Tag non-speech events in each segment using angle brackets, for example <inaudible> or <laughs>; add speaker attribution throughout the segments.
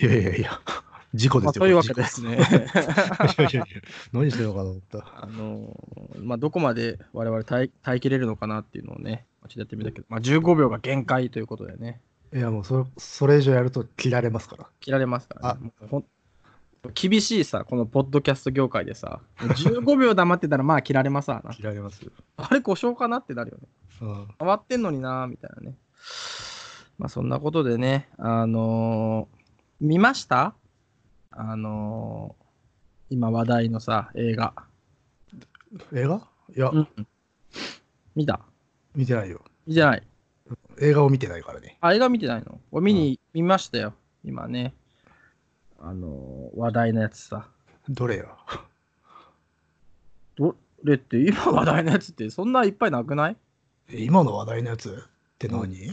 Speaker 1: いやいやいや、事故で
Speaker 2: まあ、
Speaker 1: すよ。
Speaker 2: というわ
Speaker 1: こ
Speaker 2: け
Speaker 1: れ
Speaker 2: で
Speaker 1: 事
Speaker 2: すね、
Speaker 1: <laughs> 故いやいやいや、何してるのかと思った。
Speaker 2: あのーまあ、どこまで我々耐え耐えきれるのかなっていうのをね、まあちょっとやってみたけど、まあ、15秒が限界ということでね、
Speaker 1: いやもうそれ、それ以上やると切られますから。
Speaker 2: 切られますから
Speaker 1: あ
Speaker 2: ね。もうほん厳しいさ、このポッドキャスト業界で
Speaker 1: <laughs>
Speaker 2: さ、15秒黙ってたらまあ切られますわな。
Speaker 1: 切られますよ。
Speaker 2: あれ故障かなってなるよね。
Speaker 1: うん。
Speaker 2: 変わってんのにな、みたいなね。まあそんなことでね、あのー見ましたあのー今話題のさ、映画。
Speaker 1: 映画いや、
Speaker 2: うん見た
Speaker 1: 見てないよ。
Speaker 2: 見てない。
Speaker 1: 映画を見てないからね。
Speaker 2: あ、映画見てないの俺見に、見ましたよ。今ね。あのー話題のやつさ。
Speaker 1: どれよ。
Speaker 2: どれって今話題のやつってそんないっぱいなくない
Speaker 1: 今の話題のやつって何、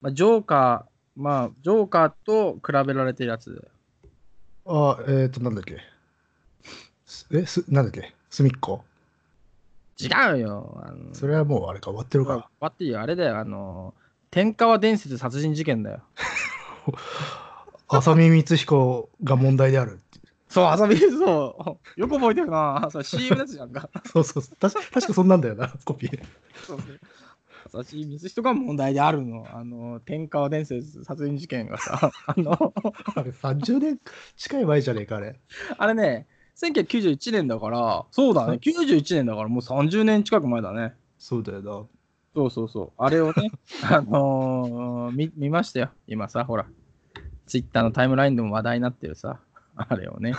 Speaker 2: まあ、ジョーカー、まあ、ジョーカーと比べられてるやつ。
Speaker 1: あ、えっ、ー、と、なんだっけ。すえ、すなんだっけすみっこ
Speaker 2: 違うよ。あの
Speaker 1: それはもうあれか、終わってる
Speaker 2: まあ
Speaker 1: か。
Speaker 2: バッテリーあれだよ。あの、天川伝説殺人事件だよ。
Speaker 1: 浅見光彦が問題であるって <laughs> いう。
Speaker 2: そう、遊び、そう。よく覚えてるな。そう CM ですじゃんか。
Speaker 1: そうそうそう。確か確かそんなんだよな、コピー。
Speaker 2: そうそう。私、水人が問題であるの。あの、天川伝説殺人事件がさ、あの、
Speaker 1: あれ、30年近い前じゃねえか、あれ。
Speaker 2: あれね、1991年だから、そうだね、91年だから、もう30年近く前だね。
Speaker 1: そうだよな。
Speaker 2: そうそうそう。あれをね、あのー見、見ましたよ。今さ、ほら、ツイッターのタイムラインでも話題になってるさ、あれをね、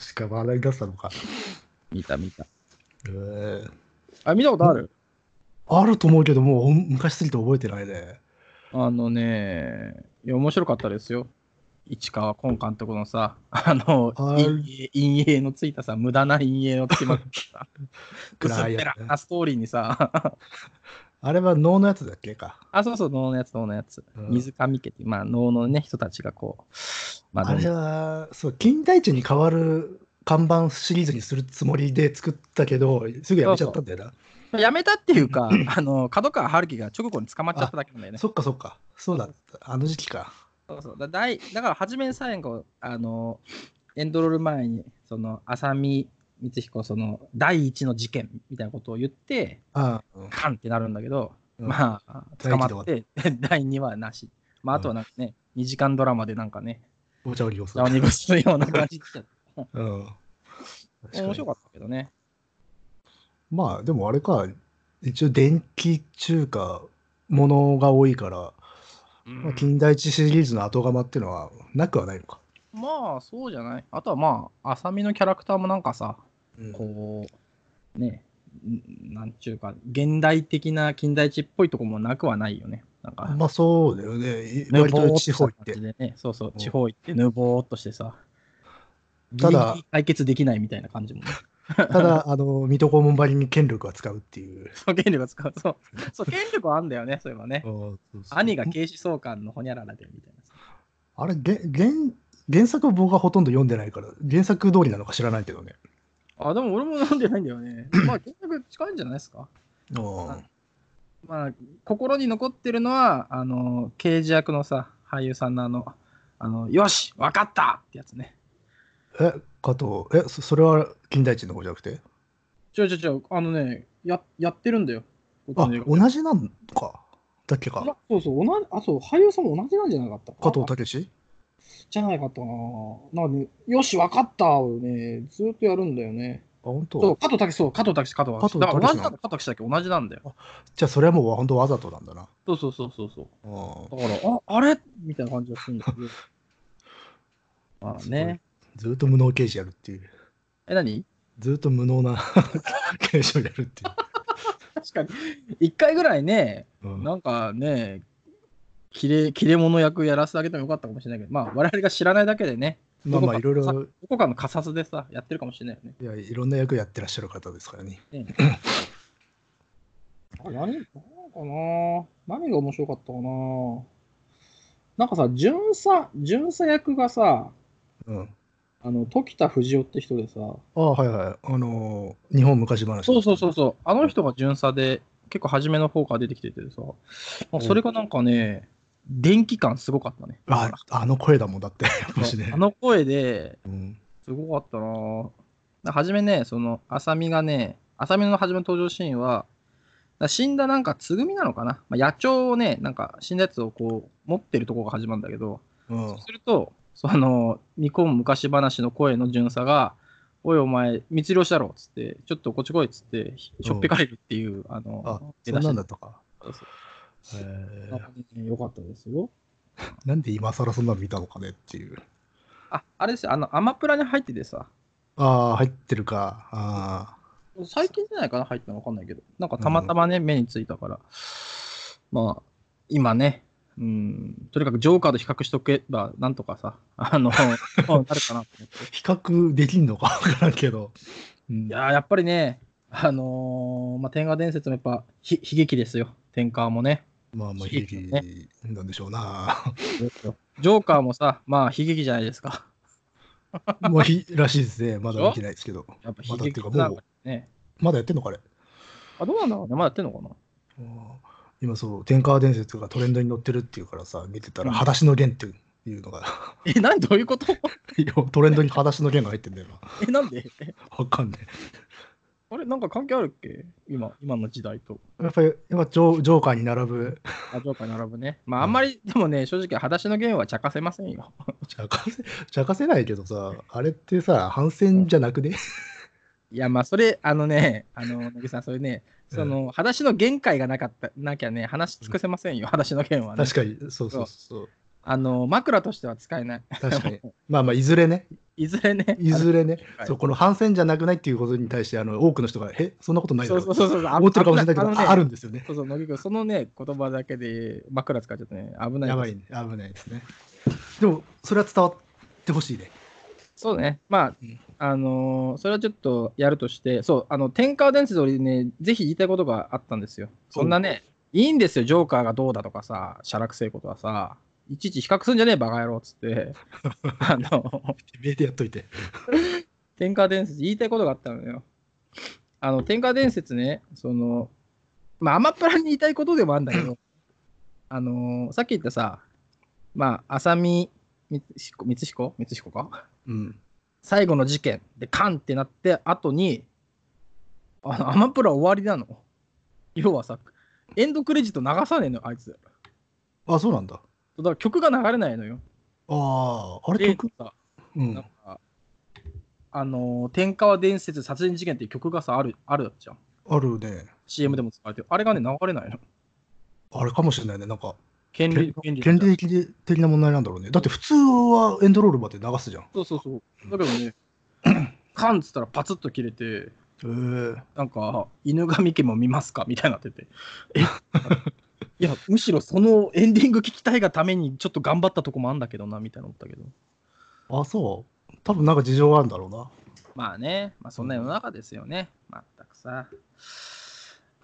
Speaker 1: しかも笑い出したのか。
Speaker 2: 見た見た。
Speaker 1: えー、
Speaker 2: あ、見たことある、
Speaker 1: あると思うけど、もうお昔すぎて覚えてないね。
Speaker 2: あのね、いや、面白かったですよ。市川崑監督のさ、あの、
Speaker 1: あ
Speaker 2: 陰影陰影のついたさ、無駄な陰影のつきまとさ、薄っぺらなストーリーにさ、
Speaker 1: あれは能のやつだっけか。
Speaker 2: あ、そうそう、能のやつ、能のやつ。
Speaker 1: うん
Speaker 2: 水上家っていう、まあ、能のね、人たちがこう、まあ、
Speaker 1: あれ
Speaker 2: でも
Speaker 1: は、そう、金田一に変わる看板シリーズにするつもりで作ったけど、すぐやめちゃったんだよな。
Speaker 2: やめたっていうか、 <laughs> あの、角川春樹が直後に捕まっちゃっただけなんだよね。
Speaker 1: そっかそっか。そうだった。あの時期か。
Speaker 2: そうそうだだいだから初めに最後あのエンドロール前にその浅見光彦その第一の事件みたいなことを言って
Speaker 1: ああ、うん
Speaker 2: カンってなるんだけど、
Speaker 1: うん
Speaker 2: まあ
Speaker 1: 第一で
Speaker 2: 捕ま
Speaker 1: 終わ
Speaker 2: っ
Speaker 1: って
Speaker 2: 第2話はなしまああとはなんかね、2時間ドラマでなんかね
Speaker 1: お茶を利用す
Speaker 2: ラ
Speaker 1: る
Speaker 2: オ。ニブスのような感じで
Speaker 1: うん。
Speaker 2: 面白か
Speaker 1: っ
Speaker 2: ったけどね
Speaker 1: た。まあ、でもあれか、一応電気中華ものが多いから、まあ、金田一シリーズの後釜っていうのはなくはないのか。
Speaker 2: まあそうじゃないあとはまあ浅見のキャラクターもなんかさ
Speaker 1: うん
Speaker 2: こうねんなんちゅうか現代的な近代一っぽいとこもなくはないよねなんか、
Speaker 1: まあそうだよね。
Speaker 2: ぬ
Speaker 1: 割
Speaker 2: ぼーっ
Speaker 1: と
Speaker 2: と
Speaker 1: 地方行っ
Speaker 2: した
Speaker 1: て
Speaker 2: 感。じでね、そうそう
Speaker 1: う、ん
Speaker 2: 地方行って、ぬぼーっとしてさ。
Speaker 1: ただ
Speaker 2: ギリギリ解決できないみたいな
Speaker 1: <laughs>
Speaker 2: 感じもね。
Speaker 1: た
Speaker 2: <laughs>
Speaker 1: だ、あの、水戸黄門ばりに権力は使うっていう。
Speaker 2: そう、権力を使う。そう、そう権力はあんだよね、そういえばね。兄が
Speaker 1: ん
Speaker 2: 警視総監のほにゃららでみたいなさ。
Speaker 1: あれ、げ原原作は僕はほとんど読んでないから、原作通りなのか知らないけどね。
Speaker 2: あ、でも俺も飲んでないんだよね。まあ、権力近いんじゃないですか。
Speaker 1: うん
Speaker 2: まあ、心に残ってるのは、あの、刑事役のさ、俳優さんのあの、あのよし、わかったってやつね。
Speaker 1: え、加藤、え、そそれは金田一の方じゃなくて
Speaker 2: ちょいちょいちょい、あのね、ややってるんだよ。こっ
Speaker 1: あ
Speaker 2: ちの映、画
Speaker 1: 同じなんか。だっけ
Speaker 2: ま
Speaker 1: か。
Speaker 2: そうそう、同じ、あ、そう、俳優さんも同じなんじゃなかった
Speaker 1: 加藤武史
Speaker 2: じゃないかったかな。なんかね、よし、わかったをね、ずっとやるんだよね。
Speaker 1: あ、本当
Speaker 2: そう、加藤武史、そう、加藤武史、加藤武
Speaker 1: 加
Speaker 2: 史。だ
Speaker 1: 藤武
Speaker 2: から
Speaker 1: 史な
Speaker 2: 同じ
Speaker 1: の
Speaker 2: なんだ、加藤武史だっけ同じなんだよ。
Speaker 1: じゃあ、それはもう本当わざとなんだな。
Speaker 2: そうそうそうそうそう。
Speaker 1: うん
Speaker 2: だから、あ、あれみたいな感じがする
Speaker 1: <laughs>
Speaker 2: んだけど。まあね。
Speaker 1: ずっと無能刑事やるっていう。
Speaker 2: え、何
Speaker 1: ずっと無能な <laughs> 刑事をやるってい
Speaker 2: 確かに。一回ぐらいね、
Speaker 1: う。うん
Speaker 2: なんかね、切れ切れ者役やらせてあげてもよかったかもしれないけど、まあ、我々が知らないだけでね、
Speaker 1: まあまあ、いろい
Speaker 2: ど
Speaker 1: ろ、
Speaker 2: どこかの仮殺でさ、やってるかもしれないよね。
Speaker 1: いや、いろんな役やってらっしゃる方ですからね。
Speaker 2: あ何何かな何が面白かったかななんかさ、巡査、巡査役がさ、
Speaker 1: うん。
Speaker 2: あの、時田藤夫って人でさ、
Speaker 1: ああ、はいはい。あのー日本昔話。
Speaker 2: そうそうそうそう、あの人が巡査で、結構初めの方から出てきててさ、まあそれがなんかね、電気感すごかったね。
Speaker 1: あ、あの声だもんだって、や <laughs> っぱし
Speaker 2: そう
Speaker 1: ね
Speaker 2: あ。の声で、
Speaker 1: うん。
Speaker 2: すごかったなぁだ初めね、その、浅見がね、浅見の初めの登場シーンは、だ死んだなんか、つぐみなのかな、まあ、野鳥をね、なんか、死んだやつをこう、持ってるとこが始まるんだけど、
Speaker 1: うん
Speaker 2: そう。すると、その、未婚昔話の声の巡査が、おいお前、密漁したろっつって、ちょっとこっち来いっつって、ひしょっぺかれるっていう、あの、
Speaker 1: あ、
Speaker 2: 出
Speaker 1: そ
Speaker 2: だ
Speaker 1: ん
Speaker 2: し
Speaker 1: なんだったか。
Speaker 2: そうそう
Speaker 1: えー
Speaker 2: よかったですよ。
Speaker 1: なんで今更そんなの見たのかねっていう。
Speaker 2: あ、あれですよ、あの、アマプラに入っててさ、
Speaker 1: ああ、入ってるか。あ
Speaker 2: 最近じゃないかな、入ったのわかんないけど、なんかたまたまね、目についたから、まあ、今ね、うん、とにかくジョーカーと比較しとけば、なんとかさ、あ <laughs> の、そうなるかなと思って。
Speaker 1: あ、比較できんのか <laughs> わからんけど。うん
Speaker 2: いやーやっぱりね、あのーまあ、天下伝説もやっぱ、ひ悲劇ですよ、天下もね。
Speaker 1: まあまあ、
Speaker 2: ひ
Speaker 1: 悲劇なんでしょうな。 <laughs>
Speaker 2: ジョーカーもさ、まあ、悲劇じゃないですか。
Speaker 1: もうひ、らしいですね。まだ見てないですけど。
Speaker 2: やっぱ
Speaker 1: ま
Speaker 2: 悲
Speaker 1: だって
Speaker 2: 劇
Speaker 1: いうか
Speaker 2: つな
Speaker 1: も
Speaker 2: がりね。
Speaker 1: まだやってんのか、あれ。
Speaker 2: あ、どうなんだろうね、まだやってんのかな。
Speaker 1: うん今そう、天下伝説がトレンドに乗ってるっていうからさ、見てたら、
Speaker 2: うん
Speaker 1: 裸足の弦っていうのが、 <laughs>
Speaker 2: え、何どういうこと <laughs>
Speaker 1: いやトレンドに裸足の弦が入ってんだよな。
Speaker 2: え、なんで
Speaker 1: わかんね
Speaker 2: あれなんか関係あるっけ今、今の時代と。
Speaker 1: え。やっぱり、やっぱジョージョーカーに並ぶ、
Speaker 2: あ、ジョーカー並ぶね。ま
Speaker 1: う
Speaker 2: あ、
Speaker 1: ん
Speaker 2: あんまり、でもね、正直、裸足のゲームは茶化せませんよ。
Speaker 1: ちゃかせ、ちゃかせないけどさ、あれってさ、反戦じゃなくね
Speaker 2: いや、まあ、それ、あのね、あの、野木さん、それね、その、裸足の限界がなかった、なきゃね、話し尽くせませんよ、裸足のゲームはね。
Speaker 1: 確かに、そうそうそう。
Speaker 2: あの、枕としては使えない。 <laughs>
Speaker 1: 確かに。まあまあ、いずれね、
Speaker 2: いずれね。
Speaker 1: いずれね、
Speaker 2: はい
Speaker 1: そうこの反戦じゃなくないっていうことに対して、あの多くの人が、えそんなことないだ
Speaker 2: そ
Speaker 1: ろ
Speaker 2: うそうそうそう。
Speaker 1: 思ってるかもしれないけど、
Speaker 2: の
Speaker 1: あ
Speaker 2: ね
Speaker 1: あるんですよね。
Speaker 2: そうそう、野木君、そのね、言葉だけで枕使っちゃってね、危ない。
Speaker 1: やばい。ね、危ないですね。でも、それは伝わってほしいね。
Speaker 2: そうね。ま
Speaker 1: うん
Speaker 2: あ、あのーそれはちょっとやるとして、そう、あの、天下伝説俺ね、ぜひ言いたいことがあったんですよ。そんなね、いいんですよ、ジョーカーがどうだとかさ、写楽せいことはさ、いちいち比較すんじゃねえ、バカ野郎っつ
Speaker 1: <laughs>
Speaker 2: って、あの、
Speaker 1: メーでやっといて。
Speaker 2: 天下伝説言いたいことがあったのよ。あの、天下伝説ね、その、まあ、アマプラに言いたいことでもあるんだけど、あのーさっき言ったさ、まあ、浅見光彦、光彦光彦か
Speaker 1: うん。
Speaker 2: 最後の事件でカンってなって後にあのアマプラ終わりなの要はさエンドクレジット流さねえのよあいつだか
Speaker 1: あ、そうなんだ。
Speaker 2: ら曲が流れないのよ
Speaker 1: ああ、あれ
Speaker 2: で
Speaker 1: 曲、
Speaker 2: さ
Speaker 1: う
Speaker 2: なん
Speaker 1: ん。
Speaker 2: かあのー天川伝説殺人事件」っていう曲がさあるあるじゃん
Speaker 1: あるね。
Speaker 2: CM でも使われてるあれがね流れないの
Speaker 1: あれかもしれないね。なんか、
Speaker 2: 権利
Speaker 1: 権
Speaker 2: 権利
Speaker 1: 権利的的な問題なんだろうね。だって普通はエンドロールまで流すじゃん。へ
Speaker 2: そうそうそうだけどねカンっつったらパツッと切れて
Speaker 1: え
Speaker 2: なんか、犬神家も見ますかみたいになってて、え <laughs> いや、むしろそのエンディング聞きたいがために、ちょっと頑張ったとこもあんだけどな、みたいな思ったけど。
Speaker 1: あ、そう。多分なんか事情があるんだろうな。
Speaker 2: まあね、まあそんな世の中ですよね、まったくさ。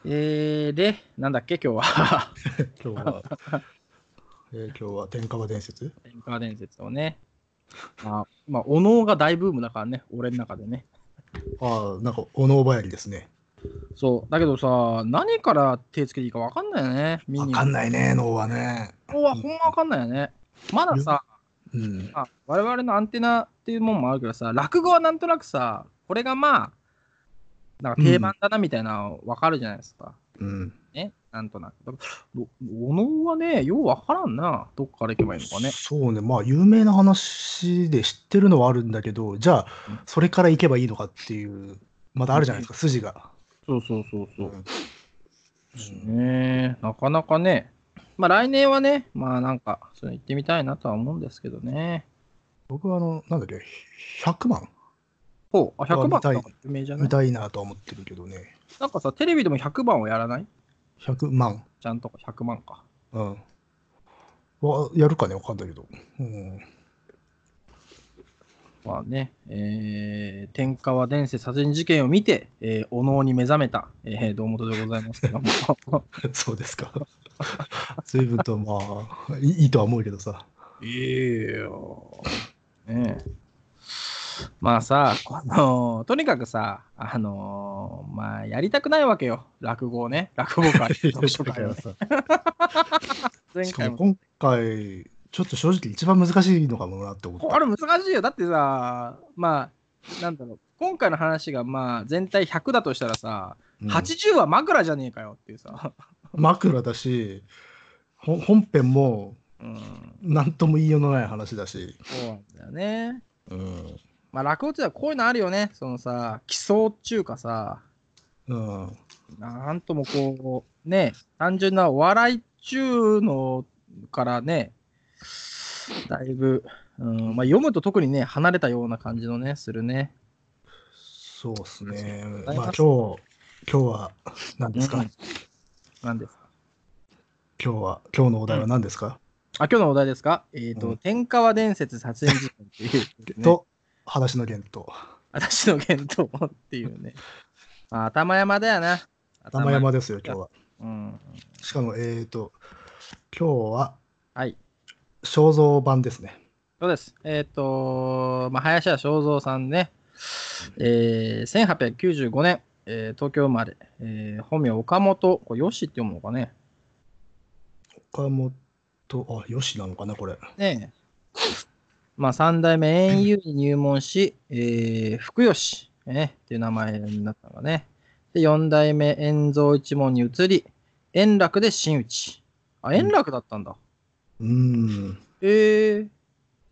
Speaker 2: えー、で、なんだっけ、今日は。 <laughs>
Speaker 1: 今日 <laughs> は。えー今日は天下伝説
Speaker 2: 天下伝説をね。まあ、まあ、お能が大ブームだからね、俺の中でね。
Speaker 1: ああ、なんか、おのばやりですね。
Speaker 2: そう、だけどさ、何から手つけていいか分かんないよね、見
Speaker 1: わ
Speaker 2: に。
Speaker 1: かんないね、脳はね。
Speaker 2: ここはほんま分かんないよね。まださ、
Speaker 1: うん。
Speaker 2: まあ、我々のアンテナっていうもんもあるけどさ落語はなんとなくさこれがまあなんか定番だなみたいなの分かるじゃないですか、
Speaker 1: うん。
Speaker 2: ねなんとなくだからおお能はねよう分からんなどっから行けばいいのかね
Speaker 1: そうね、まあ、有名な話で知ってるのはあるんだけど、じゃあ
Speaker 2: うん、
Speaker 1: それから行けばいいのかっていう、まだあるじゃないですか、筋が。
Speaker 2: そうそうそうそ
Speaker 1: うん
Speaker 2: ねえなかなかねまあ来年はねまあなんかそれ行ってみたいなとは思うんですけどね
Speaker 1: 僕は、あの、なんだっけ、100万
Speaker 2: ほうあ100番
Speaker 1: 見たい
Speaker 2: なんか有名じゃな
Speaker 1: 見
Speaker 2: い
Speaker 1: たいなとは思ってるけどね。
Speaker 2: なんかさテレビでも100番をやらない
Speaker 1: 100万。
Speaker 2: ちゃんとか100万か
Speaker 1: うん。はやるかね、わかんないけど。うん。 <laughs>
Speaker 2: まあね、えー、天川伝説殺人事件を見て、えー、お能に目覚めた、えー、堂本でございますけども、
Speaker 1: そうです
Speaker 2: <laughs>
Speaker 1: か。随分と、まあ、いいいいとは思うけど
Speaker 2: <laughs>
Speaker 1: さ。
Speaker 2: いや <laughs> ねえまあさ、このとにかくさ、あのー
Speaker 1: <laughs>。
Speaker 2: まあやりたくないわけよ、落語をね、落語会
Speaker 1: 読書会はさ。
Speaker 2: 前
Speaker 1: しか
Speaker 2: 回
Speaker 1: も
Speaker 2: も。
Speaker 1: 今回、ちょっと正直一番難しいのかもなって思った。
Speaker 2: これ難しいよ。だってさ、まあ、なんだろう。今回の話がまあ全体100だとしたらさ、
Speaker 1: うん
Speaker 2: 80は枕じゃねえかよっていうさ。 <laughs>
Speaker 1: 枕だし、ほ本編も
Speaker 2: うん。
Speaker 1: 何とも言いようのない話だし。
Speaker 2: そうなんだよね。
Speaker 1: うん。
Speaker 2: まあ落語ってのはこういうのあるよね。そのさ、奇想っちゅうかさ、
Speaker 1: うん。
Speaker 2: なんともこう、ね、単純なお笑いっちゅうのからね、だいぶ、うんまあ、読むと特にね、離れたような感じのね、するね。
Speaker 1: そうですね。
Speaker 2: あ
Speaker 1: まあ
Speaker 2: り
Speaker 1: 今
Speaker 2: ます
Speaker 1: 日、今日は何ですか、
Speaker 2: うんなんですか
Speaker 1: 今日は、今日のお題は何ですか、
Speaker 2: あ、今日のお題ですかえっ、と、
Speaker 1: うん
Speaker 2: 天川伝説殺人事件っていう、
Speaker 1: <laughs>
Speaker 2: ね、
Speaker 1: と、話の源と、
Speaker 2: 私の言動っていうね。まあ、頭山だよな。
Speaker 1: 玉山ですよ、今日は。
Speaker 2: うん。
Speaker 1: しかも、えーと、今日は
Speaker 2: はい。
Speaker 1: 肖像版ですね。
Speaker 2: そうです。えっ、と、まあ、林家正蔵さんね、えー、1895年、えー東京生まれ、えー本名岡本、これ、よしって読むのかね。
Speaker 1: 岡本、あ、よしなのかな、これ。
Speaker 2: ねえまあ、三代目園遊に入門し、えー福吉、ね、っていう名前になったのがね。で、四代目円蔵一門に移り、円楽で真打ち。あ、円楽だったんだ。
Speaker 1: うーん。
Speaker 2: えー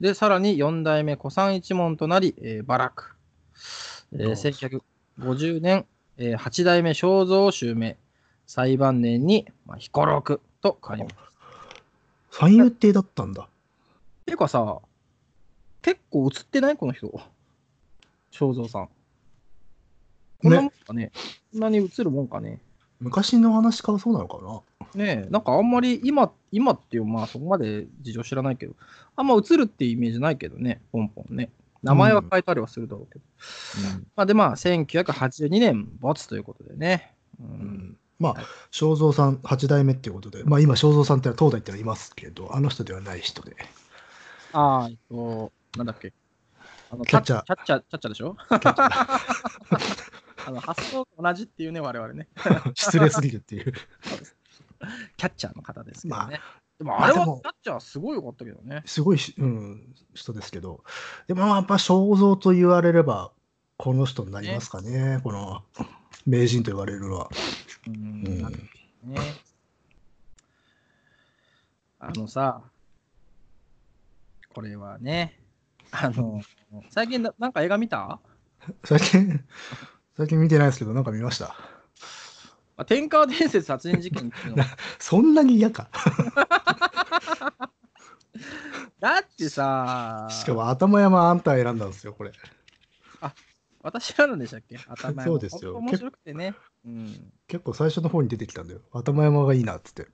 Speaker 2: で、さらに4代目古参一門となり、えー、バラク。えー、1950年、え8代目正蔵を襲名。最晩年に、まあ、彦六と変わります。
Speaker 1: 三遊亭だったんだ。
Speaker 2: ていうかさ、結構映ってないこの人。正蔵さん。こんなもんかね。こんなに映るもんかね。
Speaker 1: 昔の話からそうなのかな。
Speaker 2: ねえ、なんかあんまり今、今っていう、まあそこまで事情知らないけど、あんま映るっていうイメージないけどね、ポンポンね。名前は変えたりはするだろうけど。まあ、で、まあ、1982年、没ということでね。う、
Speaker 1: うんんまあ、正蔵さん八代目っていうことで、まあ今、正蔵さんってのは東大ってのはいますけど、あの人ではない人で。 <laughs>
Speaker 2: ああ、えっと、なんだっけ。あの
Speaker 1: キャッチャー
Speaker 2: キャッチャー、キャッチャーでしょあの発想と同じっていうね、我々ね。
Speaker 1: 失礼すぎるっていう。
Speaker 2: キャッチャーの方ですけどね。で
Speaker 1: あ
Speaker 2: も、あれは
Speaker 1: まあ
Speaker 2: キ
Speaker 1: で
Speaker 2: ャ
Speaker 1: も
Speaker 2: ッチャーすごい良かったけどね。
Speaker 1: すごいし、うん、人ですけど、でもまあやっぱ肖像と言われれば、この人になりますかね、この名人と言われるのは。
Speaker 2: う。
Speaker 1: うんん
Speaker 2: なんかね。あのさ、これはね、あの、最近ななんか映画見た
Speaker 1: 最近、最近見てないですけど、なんか見ました。
Speaker 2: まあ天川伝説殺人事件っていうの
Speaker 1: <laughs>
Speaker 2: が
Speaker 1: そんなに嫌か。
Speaker 2: だってさ、
Speaker 1: しかも頭山あんた選んだんですよ、これ。
Speaker 2: 私なるんでしたっけ頭
Speaker 1: そうですよ
Speaker 2: 本当面白くてね。うん。
Speaker 1: 結構最初の方に出てきたんだよ。頭山がいいなっつって。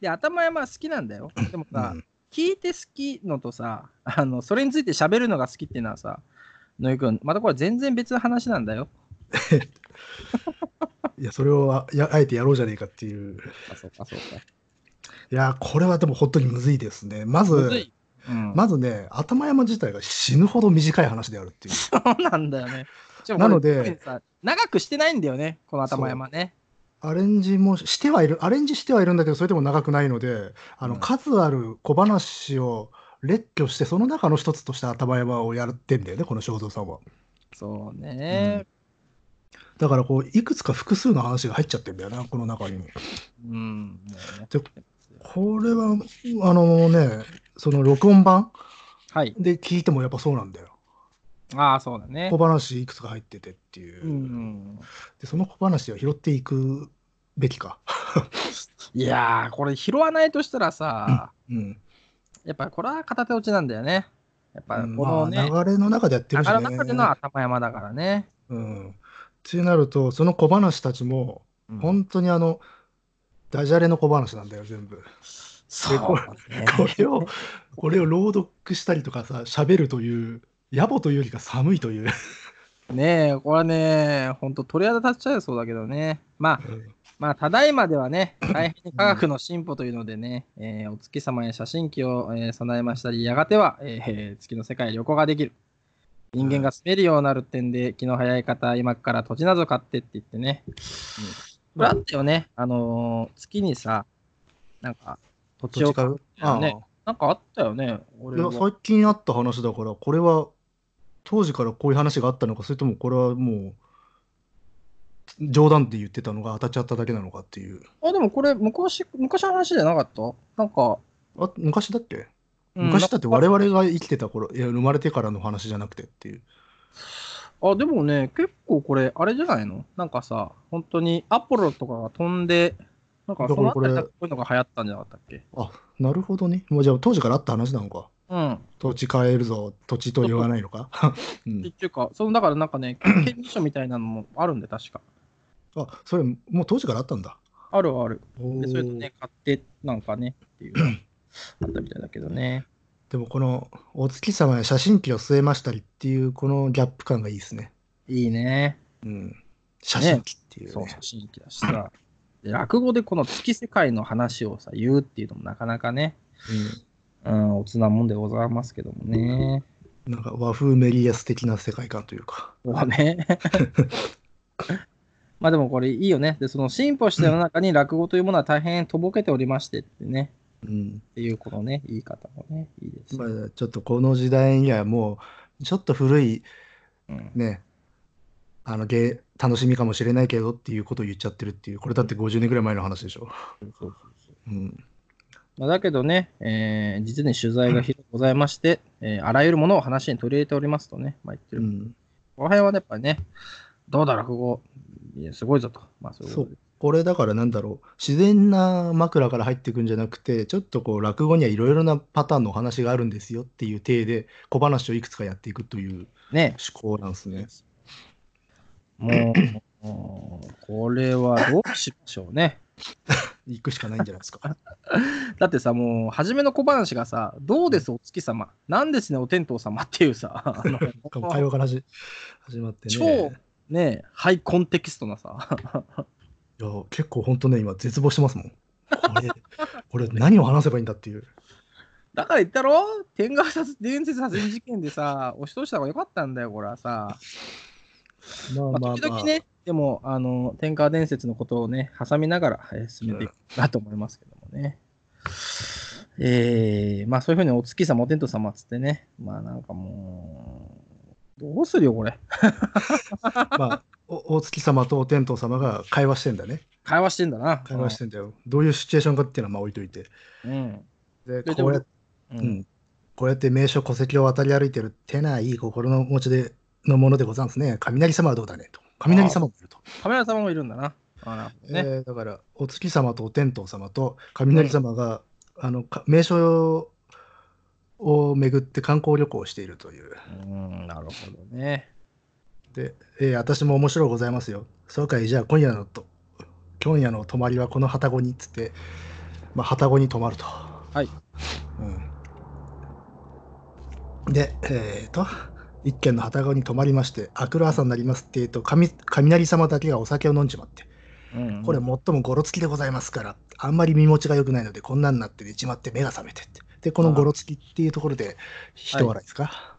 Speaker 2: で、頭山好きなんだよ。でも
Speaker 1: う
Speaker 2: さ、
Speaker 1: ん
Speaker 2: 聞いて好きのとさ、あの、それについて喋るのが好きっていうのはさ、野井くん、またこれ全然別の話なんだよ。
Speaker 1: いや、それをあやあえてやろうじゃねえかっていう。
Speaker 2: あ、そうか、そうか。
Speaker 1: いや、これはでも本当にむずいですね。ま
Speaker 2: むず
Speaker 1: ず、
Speaker 2: い。うん、
Speaker 1: まずね、頭山自体が死ぬほど短い話であるっていう。
Speaker 2: そうなんだよね。しかも
Speaker 1: なので
Speaker 2: これ特にさ、長くしてないんだよね、この頭山ね。
Speaker 1: アレンジもしてはいる、アレンジしてはいるんだけど、それでも長くないので、あの、
Speaker 2: うん
Speaker 1: 数ある小話を列挙して、その中の一つとして頭山をやってんだよね、この正蔵さんは。
Speaker 2: そうね。
Speaker 1: だから、こう、いくつか複数の話が入っちゃってんだよな、この中にも。
Speaker 2: うん。もうね
Speaker 1: でこれは、あのね、その録音版
Speaker 2: はい。
Speaker 1: で聞いてもやっぱそうなんだよ。
Speaker 2: ああ、そうだね
Speaker 1: 小。話いくつか入っててっていう。
Speaker 2: うん。
Speaker 1: で、その小話を拾っていくべきか。
Speaker 2: いやー、これ拾わないとしたらさ、
Speaker 1: うん。
Speaker 2: やっぱこれは片手落ちなんだよね。やっぱこのね、
Speaker 1: まあ、流れの中でやって
Speaker 2: 流
Speaker 1: る
Speaker 2: れ
Speaker 1: しね。
Speaker 2: の中での頭山だからね。
Speaker 1: うん。ってなると、その小話たちも、
Speaker 2: うん
Speaker 1: 本当にあの、ダジャレの小話なんだよ、全
Speaker 2: <laughs>
Speaker 1: 部。
Speaker 2: そうだ <laughs> ね。
Speaker 1: これを、これを朗読したりとかさ、喋るという、野暮というよりか寒いという。
Speaker 2: ねえ、これはね、本当鳥肌立っちゃいそうだけどね。まあ、まあ、ただいまではね、大変に科学の進歩というのでね、 <clears throat> えーお月様や写真機を、えー備えましたり、やがては、えー月の世界へ旅行ができる。人間が住めるようになるってんで、気の早い方、今から土地など買ってって言ってね。これあったよね。あのー月にさ、なんか、
Speaker 1: 土地買うああ、
Speaker 2: ねなんかあったよね、
Speaker 1: い
Speaker 2: 俺
Speaker 1: や
Speaker 2: は。
Speaker 1: 最近あった話だから、これは当時からこういう話があったのか、それともこれはもう冗談で言ってたのが当たっちゃっただけなのかっていう。
Speaker 2: あ、でもこれ昔、昔の話じゃなかったなんか、
Speaker 1: あ昔だっけ、
Speaker 2: うん
Speaker 1: 昔だって
Speaker 2: なん
Speaker 1: 我
Speaker 2: か
Speaker 1: 々が生きてた頃、いや生まれてからの話じゃなくてっていう。
Speaker 2: あ、でもね、結構これ、あれじゃないのなんかさ、本当にアポロとかが飛んで、なん
Speaker 1: だ
Speaker 2: かそ
Speaker 1: から
Speaker 2: の
Speaker 1: こ
Speaker 2: こ
Speaker 1: れ
Speaker 2: りだけこういうのが流行ったんじゃなかったっけ
Speaker 1: あなるほどね。もうじゃあ当時からあった話なのか。
Speaker 2: うん。
Speaker 1: 土地買えるぞ、土地と言わないの
Speaker 2: <laughs>
Speaker 1: か。うん、
Speaker 2: っていうか、そのだからなん
Speaker 1: <laughs>
Speaker 2: かね、権利書みたいなのもあるんで、確か。
Speaker 1: あそれもう当時からあったんだ。
Speaker 2: あるはある。
Speaker 1: お
Speaker 2: で、
Speaker 1: ー
Speaker 2: そういうのね、買って、なんかね、っていう、あったみたいだけどね。
Speaker 1: でもこのお月様や写真機を据えましたりっていうこのギャップ感がいいですね。
Speaker 2: いいね。
Speaker 1: うん、写真機っていう、ね
Speaker 2: そう、写真機だしさ。で落語でこの月世界の話をさ、言うっていうのもなかなかね、うん、おつなもんでございますけどもね。
Speaker 1: うん、なんか和風メリヤス的な世界観というか。
Speaker 2: そう
Speaker 1: <laughs>
Speaker 2: だね。まあでもこれいいよね。で、その進歩した世の中に落語というものは大変とぼけておりましてってね、
Speaker 1: うん
Speaker 2: っていうこのね、言い方もね、いいです
Speaker 1: ま
Speaker 2: ね。
Speaker 1: あ、ちょっとこの時代にはもうちょっと古い
Speaker 2: うん
Speaker 1: ねあの芸楽しみかもしれないけどっていうことを言っちゃってるっていうこれだって50年ぐらい前の話でしょ。うん、
Speaker 2: まあ、だけどね、えー実に取材が広くございまして、えーあらゆるものを話に取り入れておりますとね、まあ、言って
Speaker 1: う
Speaker 2: る。
Speaker 1: ん、
Speaker 2: この辺はね、やっぱりね、どうだ、落語、いやすごいぞと。まあ、そういうこ
Speaker 1: そ
Speaker 2: とで
Speaker 1: うこれだからなんだろう自然な枕から入っていくんじゃなくてちょっとこう落語にはいろいろなパターンのお話があるんですよっていう体で小話をいくつかやっていくという
Speaker 2: ね。
Speaker 1: 思考なんですね。
Speaker 2: もう、もうこれはどうしましょうね。
Speaker 1: 行くしかないんじゃないです
Speaker 2: <laughs>
Speaker 1: か。
Speaker 2: だってさ、もう、初めの小話がさ、どうです、お月様。なんですね、お天道様っていうさ、あの
Speaker 1: 会話から始始まってね。
Speaker 2: 超ね、ハイコンテキストなさ、
Speaker 1: いや結構本当ね今絶望してますもん。これ <laughs> これ何を話せばいいんだっていう。
Speaker 2: だから言ったろ天川殺伝説殺人事件でさ、押し通した方が良かったんだよ、これはさ。
Speaker 1: まあ
Speaker 2: まあ、時々ね、でも、あの、天川伝説のことをね、挟みながら、えー進めていくなと思いますけどもね。えー、まあそういうふうにお月様、お天道様っつってね、まあなんかもう、どうするよ、これ。
Speaker 1: まあお大月様とお天道様が会話してんだね。
Speaker 2: 会話してんだな。
Speaker 1: 会話してんだよ。どういうシチュエーションかっていうのはまあ置いといて。
Speaker 2: うん。
Speaker 1: で
Speaker 2: で
Speaker 1: こうやっ
Speaker 2: うん。う
Speaker 1: うんん、こうやって名所戸籍を渡り歩いてる手ないい心の持ちでのものでござんすね。雷様はどうだねと。雷様もいると。
Speaker 2: カメラ様もいるんだな。あなるほどね。
Speaker 1: えーだからお月様とお天道様と雷様が、あのか名所を巡って観光旅行をしているという。
Speaker 2: うん、なるほどね。。
Speaker 1: で、えー私も面白いございますよ。そうかい、じゃあ今夜のと、今夜の泊まりはこの旅籠にっつって、まあ、旅籠に泊まると。はいうん、で、えっ、と、一軒の旅籠に泊まりまして、明くる朝になりますって、えっと、神雷様だけがお酒を飲んじまって、
Speaker 2: うん、
Speaker 1: これ、最もゴロつきでございますから、あんまり身持ちが良くないので、こんなんになって寝ちまって目が覚めてって。で、このゴロつきっていうところで、人笑いですか、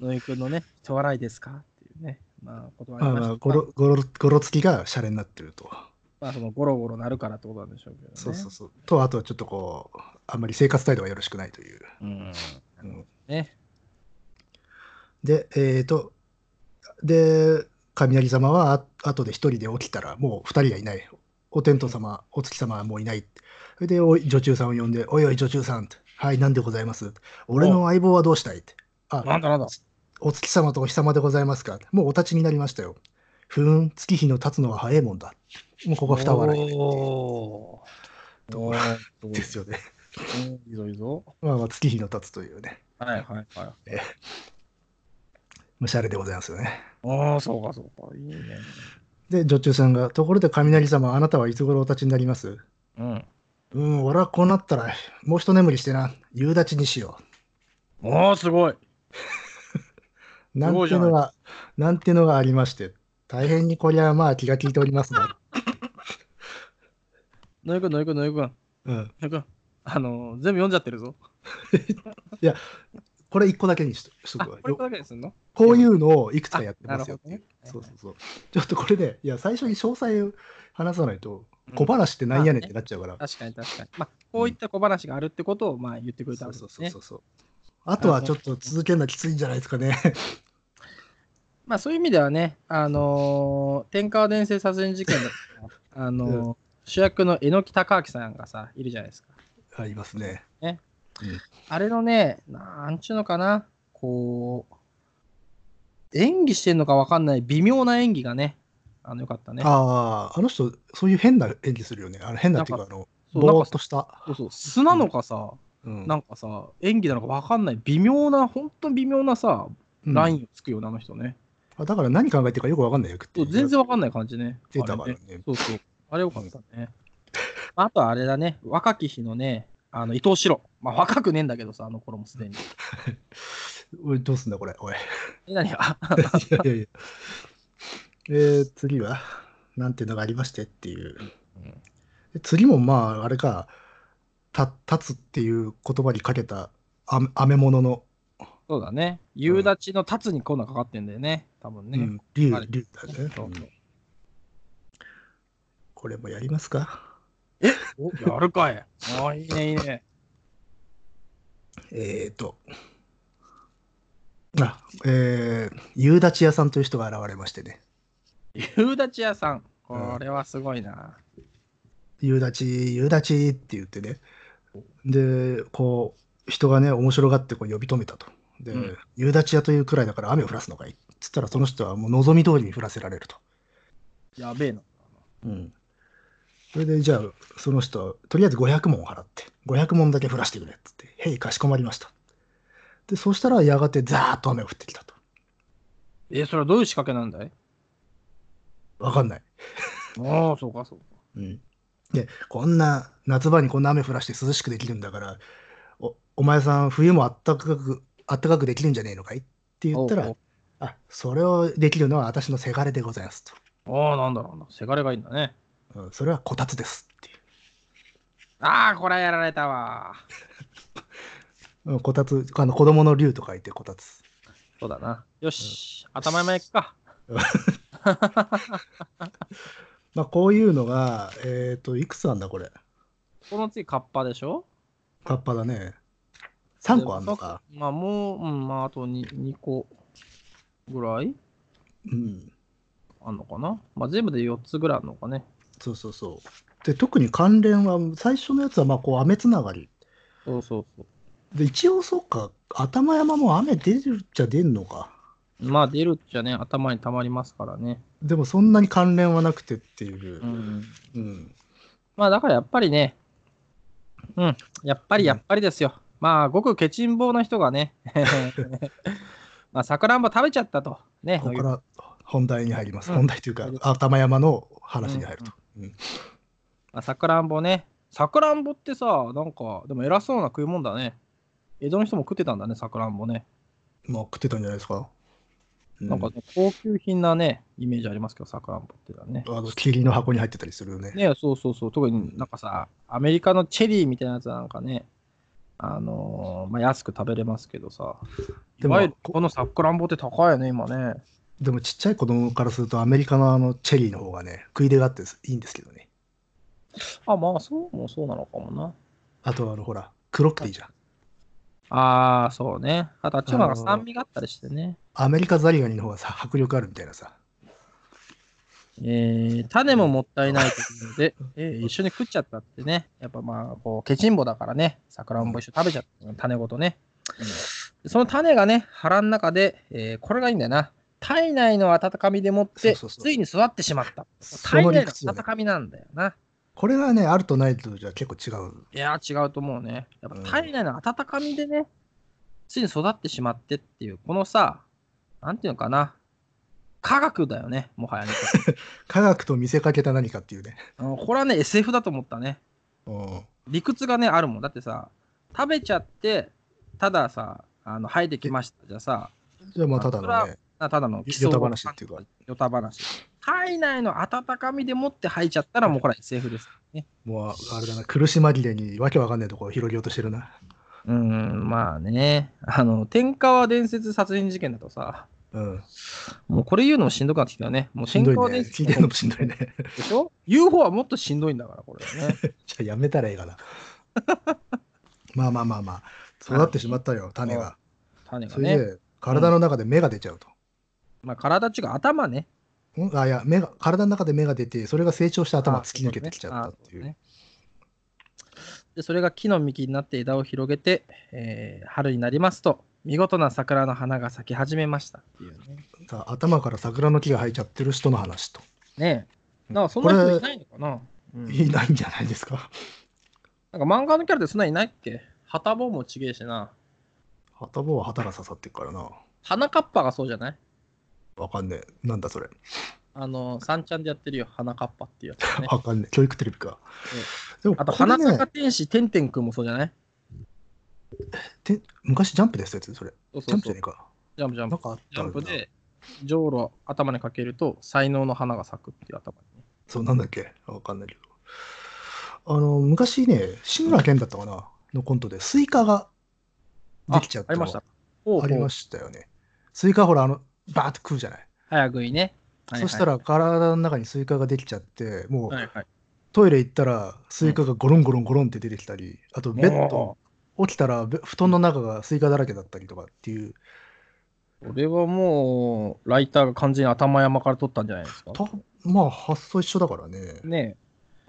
Speaker 2: 野井くんのね、人笑いですかっていうね。まあ、ことはあ
Speaker 1: ま
Speaker 2: り
Speaker 1: あ
Speaker 2: まし
Speaker 1: まあ
Speaker 2: たが
Speaker 1: ゴロゴロゴロつきがシャレになってると。
Speaker 2: まあ、そのゴロゴロなるからってことなんでしょうけどね。
Speaker 1: そうそうそう。と、あとはちょっとこう、あんまり生活態度がよろしくないという。
Speaker 2: うん。
Speaker 1: うん
Speaker 2: ね。
Speaker 1: で、えっ、と、で、雷様はあ後で一人で起きたら、もう二人がいない。お天道様、お月様はもういない。それで、おい、女中さんを呼んで、おいおい、女中さん。はい、なんでございます。俺の相棒はどうしたいって。
Speaker 2: な
Speaker 1: あ
Speaker 2: ん、だなんだ。
Speaker 1: お月様とお日様でございますか。もうお立ちになりましたよ。ふーん、月日の経つのは早いもんだ。もうここは二笑い
Speaker 2: おー。おーすごい
Speaker 1: ですよね。
Speaker 2: うんいいぞいいぞ。
Speaker 1: まあまあ、月日の経つというね。
Speaker 2: はいはいはい。
Speaker 1: むしゃれでございますよね。
Speaker 2: ああ、そうかそうか。いいね。
Speaker 1: で、女中さんが、ところで雷様、あなたはいつ頃お立ちになります
Speaker 2: うん。
Speaker 1: うん、俺はこうなったら、もう一眠りしてな、夕立ちにしよ
Speaker 2: おお、すごい。
Speaker 1: う。なんてのが、なんてのがありまして、大変にこりゃまあ気が利いておりますが、
Speaker 2: 野井くん、野井くん、野井くん。野
Speaker 1: うん、
Speaker 2: 井くん。あのー、全部読んじゃってるぞ。
Speaker 1: これ一個だけにしとしと
Speaker 2: あ、
Speaker 1: く
Speaker 2: こ
Speaker 1: わよ
Speaker 2: れだけにすんの
Speaker 1: こういうのをいくつかやってますよっていう
Speaker 2: あなるほ
Speaker 1: そ
Speaker 2: どね
Speaker 1: うそうそう。ちょっとこれで、いや、最初に詳細を話さないと、小話ってなんやねんっ
Speaker 2: まあ
Speaker 1: てなっちゃうから。
Speaker 2: 確かに確かに。まあ、こういった小話があるってことを、まあ、言ってくれた
Speaker 1: そ
Speaker 2: ん
Speaker 1: う
Speaker 2: です
Speaker 1: そ
Speaker 2: ね。
Speaker 1: うそうそうそう。あとはちょっと続けるのはきついんじゃないですか
Speaker 2: <laughs>
Speaker 1: ね。
Speaker 2: まあ、そういう意味ではね、あのー天川伝説殺人事件だっ
Speaker 1: <laughs>
Speaker 2: たらあのー主役の榎木隆明さんがさ、いるじゃないですか。
Speaker 1: ありますね。
Speaker 2: あれのね、なんちゅうのかな、こう、演技してんのかわかんない微妙な演技がね、あの、よかったね。
Speaker 1: ああ、あの人、そういう変な演技するよね。あの変なっていうか、あの、
Speaker 2: そうなん
Speaker 1: ぼー
Speaker 2: か
Speaker 1: っとした。
Speaker 2: そうそう、素なのかさ、
Speaker 1: うん
Speaker 2: なんかさ、演技なのかわかんない、微妙な、本当に微妙なさ、
Speaker 1: うん
Speaker 2: ラインをつくような、あの人ね。
Speaker 1: あだから何考えてるかよくわかんない役ってい
Speaker 2: そ
Speaker 1: うう。
Speaker 2: 全然わかんない感じね。
Speaker 1: 出たか
Speaker 2: あれ
Speaker 1: ら
Speaker 2: ね
Speaker 1: ね。
Speaker 2: そうそう。あれよかったね。まああとはあれだね、若き日のね、あの伊藤四郎。まあ若くねえんだけどさ、あの頃もすでに。
Speaker 1: おいどうすんだ、これ。おい。 <laughs>
Speaker 2: え、何が
Speaker 1: いやいやいや。えー、次は、なんていうのがありましてっていう。で次もまあ、あれか、た立つっていう言葉にかけたあ雨物の、
Speaker 2: そうだね。夕立ちの立つにこんなかかってんだよね、多分
Speaker 1: う
Speaker 2: ね。
Speaker 1: ん、竜
Speaker 2: あれ、
Speaker 1: 竜だね。
Speaker 2: そうそう
Speaker 1: うんこれもやりますか
Speaker 2: おやるかい。ああ、いいね、いいね。
Speaker 1: えーと、あ、えー、夕立屋さんという人が現れましてね。
Speaker 2: 夕立ち屋さん。これはすごいな。
Speaker 1: 夕立夕立って言ってねでこう人がね面白がってこう呼び止めたとで、
Speaker 2: うん
Speaker 1: 夕立屋というくらいだから雨を降らすのかいっつったらその人はもう望み通りに降らせられると、
Speaker 2: やべえな。
Speaker 1: それでじゃあその人はとりあえず500問払って500問だけ降らしてくれっつって「へいかしこまりました」でそうしたらやがてザーッと雨が降ってきたと
Speaker 2: え、それはどういう仕掛けなんだい
Speaker 1: わかんない、
Speaker 2: ああ、そうか、そうか。
Speaker 1: でこんな夏場にこんな雨降らして涼しくできるんだからおお前さん冬もあったかくあったかくできるんじゃねえのかいって言ったら
Speaker 2: おう
Speaker 1: あそれをできるのは私のせがれでございます
Speaker 2: おうああ、なんだろうな。せがれがいいんだね。
Speaker 1: と、うん、それはこたつですってい
Speaker 2: ああ、これはやられたわ。
Speaker 1: う、うん、こたつあの子供の竜と書いてこたつ
Speaker 2: そうだな。よし、頭山行くか。
Speaker 1: まあこういうのがえっ、といくつなんだこれ
Speaker 2: この次、カッパでしょ
Speaker 1: カッパだね3個あんのか。
Speaker 2: でまあ、もう、うん、まあ、あと 2, 2個ぐらい
Speaker 1: うん
Speaker 2: あんのかな。まあ、全部で4つぐらいあんのかね。
Speaker 1: そうそうそうで特に関連は最初のやつはまあこう雨つながり
Speaker 2: そうそうそう。
Speaker 1: で一応そうか頭山も雨出るっちゃ出んのか
Speaker 2: まあ、出るっちゃね、頭にたまりますからね。
Speaker 1: でもそんなに関連はなくてっていう
Speaker 2: う、ん。
Speaker 1: うん
Speaker 2: まあ、だからやっぱりね、うん、やっぱりやっぱりですよ。まあ、ごくケチン坊な人が <laughs> ね、まあ、さくらんぼ食べちゃったと。ね、
Speaker 1: ここから本題に入ります、
Speaker 2: うん
Speaker 1: 本題というか頭山の話に入ると、うん
Speaker 2: まあ、さくらんぼね。さくらんぼってさ、なんか、でも偉そうな食い物だね。江戸の人も食ってたんだね、さくらんぼね。
Speaker 1: まあ食ってたんじゃないですか。
Speaker 2: なんか、
Speaker 1: う
Speaker 2: ね、高級品なね、イメージありますけど、さくらんぼってだね。
Speaker 1: あの霧の箱に入ってたりするよね。
Speaker 2: ねそうそうそう。特になんかさ、アメリカのチェリーみたいなやつなんかね、あのーまあ、安く食べれますけどさ。い
Speaker 1: でも
Speaker 2: わゆるこのさくらんぼって高いよね、今ね。
Speaker 1: でもちっちゃい子供からするとアメリカのあのチェリーの方がね食い出があっていいんですけどね。
Speaker 2: あ、まあ、そうもそうなのかもな。
Speaker 1: あとはあのほら黒くていいじゃん。
Speaker 2: ああ、そうね。あと、あっちの方が
Speaker 1: あのー
Speaker 2: 酸味があったりしてね。
Speaker 1: アメリカザリガニの方がさ迫力あるみたいなさ。
Speaker 2: えー種ももったいないというので、えー一緒に食っちゃったってね。やっぱまあ、こう、ケチンボだからね、さくらんぼ一緒に食べちゃった、種ごとね。その種がね、腹の中で、えーこれがいいんだよな。体内の温かみでもって、
Speaker 1: そうそうそう
Speaker 2: ついに育ってしまった。
Speaker 1: そ
Speaker 2: 体
Speaker 1: の
Speaker 2: 内
Speaker 1: 理屈
Speaker 2: の
Speaker 1: よ
Speaker 2: 温
Speaker 1: ね。
Speaker 2: かみなんだよな。
Speaker 1: これがねあるとないとじゃ結構違う。
Speaker 2: いやー、違うと思うね。やっぱ
Speaker 1: うん
Speaker 2: 体内の温かみでね、ついに育ってしまってっていう、このさ、なんていうのかな。科学だよね、もは
Speaker 1: <laughs>
Speaker 2: やね。
Speaker 1: 科学と見せかけた何かっていうね。
Speaker 2: あのこれはね、SF だと思ったね。
Speaker 1: うん
Speaker 2: 理屈がねあるもんだってさ食べちゃってたださあの生えてきましたじゃあさ
Speaker 1: じゃあまあただ
Speaker 2: それは
Speaker 1: のね。
Speaker 2: あただの
Speaker 1: よた話っていうか
Speaker 2: ヨタ話体内の温かみでもって生えちゃったらもうこれは SF ですね
Speaker 1: もうあれだな苦し紛れにわけわかんないところを広げようとしてるな。
Speaker 2: うーんまあねあの天川伝説殺人事件だとさ
Speaker 1: うん。
Speaker 2: もうこれ言うのもしんどくなってきたね。もう
Speaker 1: しんど
Speaker 2: 天
Speaker 1: いね。
Speaker 2: 下伝説
Speaker 1: 聞いてるのもしんどいね。 <laughs>
Speaker 2: でしょ ?UFO はもっとしんどいんだから、これはね。
Speaker 1: じゃあやめたらええかな。 <laughs> まあまあまあまあ、育ってしまったよ、種が。
Speaker 2: 種が
Speaker 1: それ
Speaker 2: ね。
Speaker 1: で、体の中で芽が出ちゃうと。
Speaker 2: まあ、体っちゅうか頭ね。
Speaker 1: うんあいや、芽が、体の中で芽が出て、それが成長して頭突き抜けてきちゃったっていう。
Speaker 2: あそうねでそれが木の幹になって枝を広げて、えー春になりますと見事な桜の花が咲き始めましたっていうね。
Speaker 1: さあ頭から桜の木が生えちゃってる人の話と。
Speaker 2: ねえ。なんかそん
Speaker 1: こ
Speaker 2: な
Speaker 1: れ
Speaker 2: 人いないのかな、うん
Speaker 1: いないんじゃないですか。 <laughs>
Speaker 2: なんか漫画のキャラでそんなにいないっけハタボもちげえしな。
Speaker 1: 旗棒は旗が刺さってるからな。
Speaker 2: 花かっぱがそうじゃない
Speaker 1: わかんねえ。なんだそれ。
Speaker 2: あの、三ちゃんでやってるよ、花かっぱっていうや
Speaker 1: <laughs>
Speaker 2: つ、ね。
Speaker 1: わかんねえ。教育テレビか。でも
Speaker 2: あと、
Speaker 1: これ
Speaker 2: 花
Speaker 1: ね
Speaker 2: 坂天使てんてんくんもそうじゃない
Speaker 1: て昔ジャンプでしたやつ、それ。
Speaker 2: そう
Speaker 1: ジ
Speaker 2: そ
Speaker 1: ャ
Speaker 2: う
Speaker 1: ンプじゃ
Speaker 2: そう
Speaker 1: ねえ。か。
Speaker 2: ジャンプジャン
Speaker 1: な
Speaker 2: プ
Speaker 1: ん。かあっ
Speaker 2: ジ
Speaker 1: た
Speaker 2: ャ
Speaker 1: よ
Speaker 2: ン
Speaker 1: な
Speaker 2: プで、じょうろ頭にかけると、才能の花が咲くっていう頭にね。
Speaker 1: そう、なんだっけわかんないけど。あの、昔ね、志村けんだったかなのコントで、スイカができちゃった
Speaker 2: ああり
Speaker 1: の
Speaker 2: ました。ほうほ
Speaker 1: あり
Speaker 2: う
Speaker 1: ましたよね。スイカほら、あの、バーッと食うじゃない。
Speaker 2: 早食いね。はいはい
Speaker 1: そしたら、体の中にスイカができちゃって、もう
Speaker 2: はいはい、
Speaker 1: トイレ行ったら、スイカがゴロンゴロンゴロンって出てきたり、あとベッド、起きたらべ布団の中がスイカだらけだったりとかっていう、
Speaker 2: おー。これはもう、ライターが完全に頭山から取ったんじゃないですか。
Speaker 1: たまあ、発想一緒だからね。
Speaker 2: ね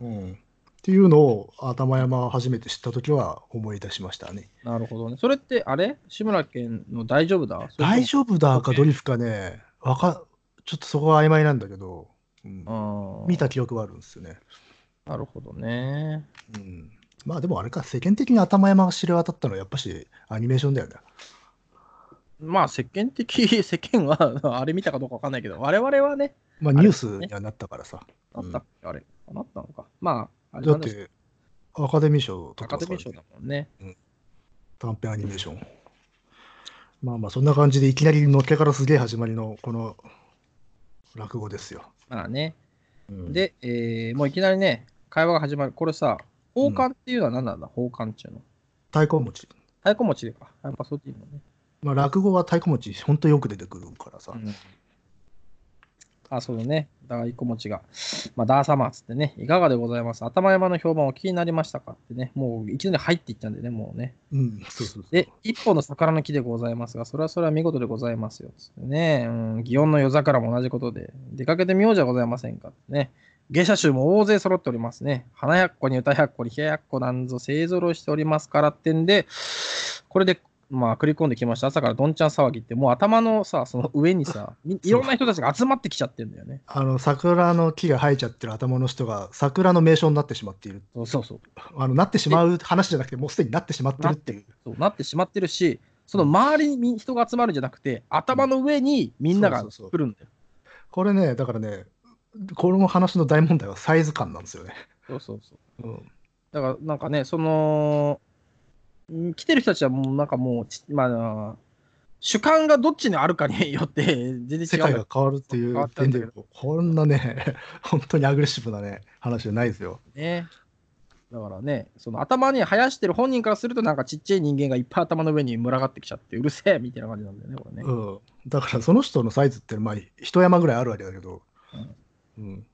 Speaker 1: うん。っていうのを、頭山初めて知ったときは思い出しましたね。
Speaker 2: えなるほどね。それって、あれ志村けんの大丈夫だ
Speaker 1: 大丈夫だか
Speaker 2: OK
Speaker 1: ドリフかね、わかちょっとそこは曖昧なんだけど、うん
Speaker 2: 夫
Speaker 1: 見た記憶はあるんですよね。
Speaker 2: なるほどね。
Speaker 1: うん、まあでもあれか、世間的に頭山が知れ渡ったのはやっぱしアニメーションだよね。
Speaker 2: まあ、世間的、 <laughs> 世間は、 <laughs> あれ見たかどうかわかんないけど、我々はね、
Speaker 1: まあニュースにはなったからさ。
Speaker 2: あ
Speaker 1: う
Speaker 2: っ
Speaker 1: ん
Speaker 2: たっけ、あれ、あなったのか。まあ、あれ
Speaker 1: だ
Speaker 2: な
Speaker 1: っ
Speaker 2: んです
Speaker 1: てアカデミー賞を取
Speaker 2: ア
Speaker 1: って
Speaker 2: カ
Speaker 1: ますか
Speaker 2: デミ
Speaker 1: ら
Speaker 2: ー
Speaker 1: ね
Speaker 2: 賞だもんね。
Speaker 1: 短編アニメーション。まあまあそんな感じでいきなりのっけからすげえ始まりのこの落語ですよ。
Speaker 2: まあね。
Speaker 1: うん、
Speaker 2: で、えーもういきなりね、会話が始まる。これさ、奉還っていうのは何なんだ、奉還っていうの。
Speaker 1: 太鼓持ち。
Speaker 2: 太鼓持ちでか。やっぱそうっていうのね。
Speaker 1: まあ落語は太鼓持ち、ほんとよく出てくるからさ。
Speaker 2: あ、そうだね。だが、一個持ちが。まあ、ダー様っつってね、いかがでございます。頭山の評判お気になりましたかってね、もういきなり入っていったんでね、もうね。
Speaker 1: うん、そうそうそう。
Speaker 2: で、一本の桜の木でございますが、それはそれは見事でございますよ。つってね、うん、祇園の夜桜も同じことで、出かけてみようじゃございませんか。ね、芸者衆も大勢揃っておりますね。花やっこに歌やっこに冷ややっこなんぞ勢ぞろいしておりますからってんで、これで、まあ、繰り込んできました。朝からどんちゃん騒ぎって、もう頭のさ、その上にさ、みいろんな人たちが集まってきちゃってんだよね。
Speaker 1: あの桜の木が生えちゃってる頭の人が桜の名所になってしまっている
Speaker 2: そうそうそう。
Speaker 1: あのなってしまう話じゃなくてもうすでになってしまってるっていう
Speaker 2: そうなってしまってるし、その周りにみ人が集まるんじゃなくて、頭の上にみんなが
Speaker 1: そうそうそ
Speaker 2: 来
Speaker 1: う
Speaker 2: るんだよ。
Speaker 1: これねだからねこの話の大問題はサイズ感なんですよね、
Speaker 2: そうそうそう。
Speaker 1: うん、
Speaker 2: だからなんかね、その、ん来てる人たちはもうなんかもうち、まあ、主観がどっちにあるかによって <laughs> 全然違うんだ
Speaker 1: 世界が変わるってい
Speaker 2: 変わ
Speaker 1: う
Speaker 2: ったん
Speaker 1: 点
Speaker 2: だ
Speaker 1: で
Speaker 2: けど
Speaker 1: こんなね <laughs> 本当にアグレッシブなね話じゃないですよ
Speaker 2: ね。だからね、その頭に生やしてる本人からすると、なんかちっちゃい人間がいっぱい頭の上に群がってきちゃって、うるせえみ <laughs> たいな感じなんだよね、これね。
Speaker 1: うん、だからその人のサイズってまあ一山ぐらいあるわけだけど、うん、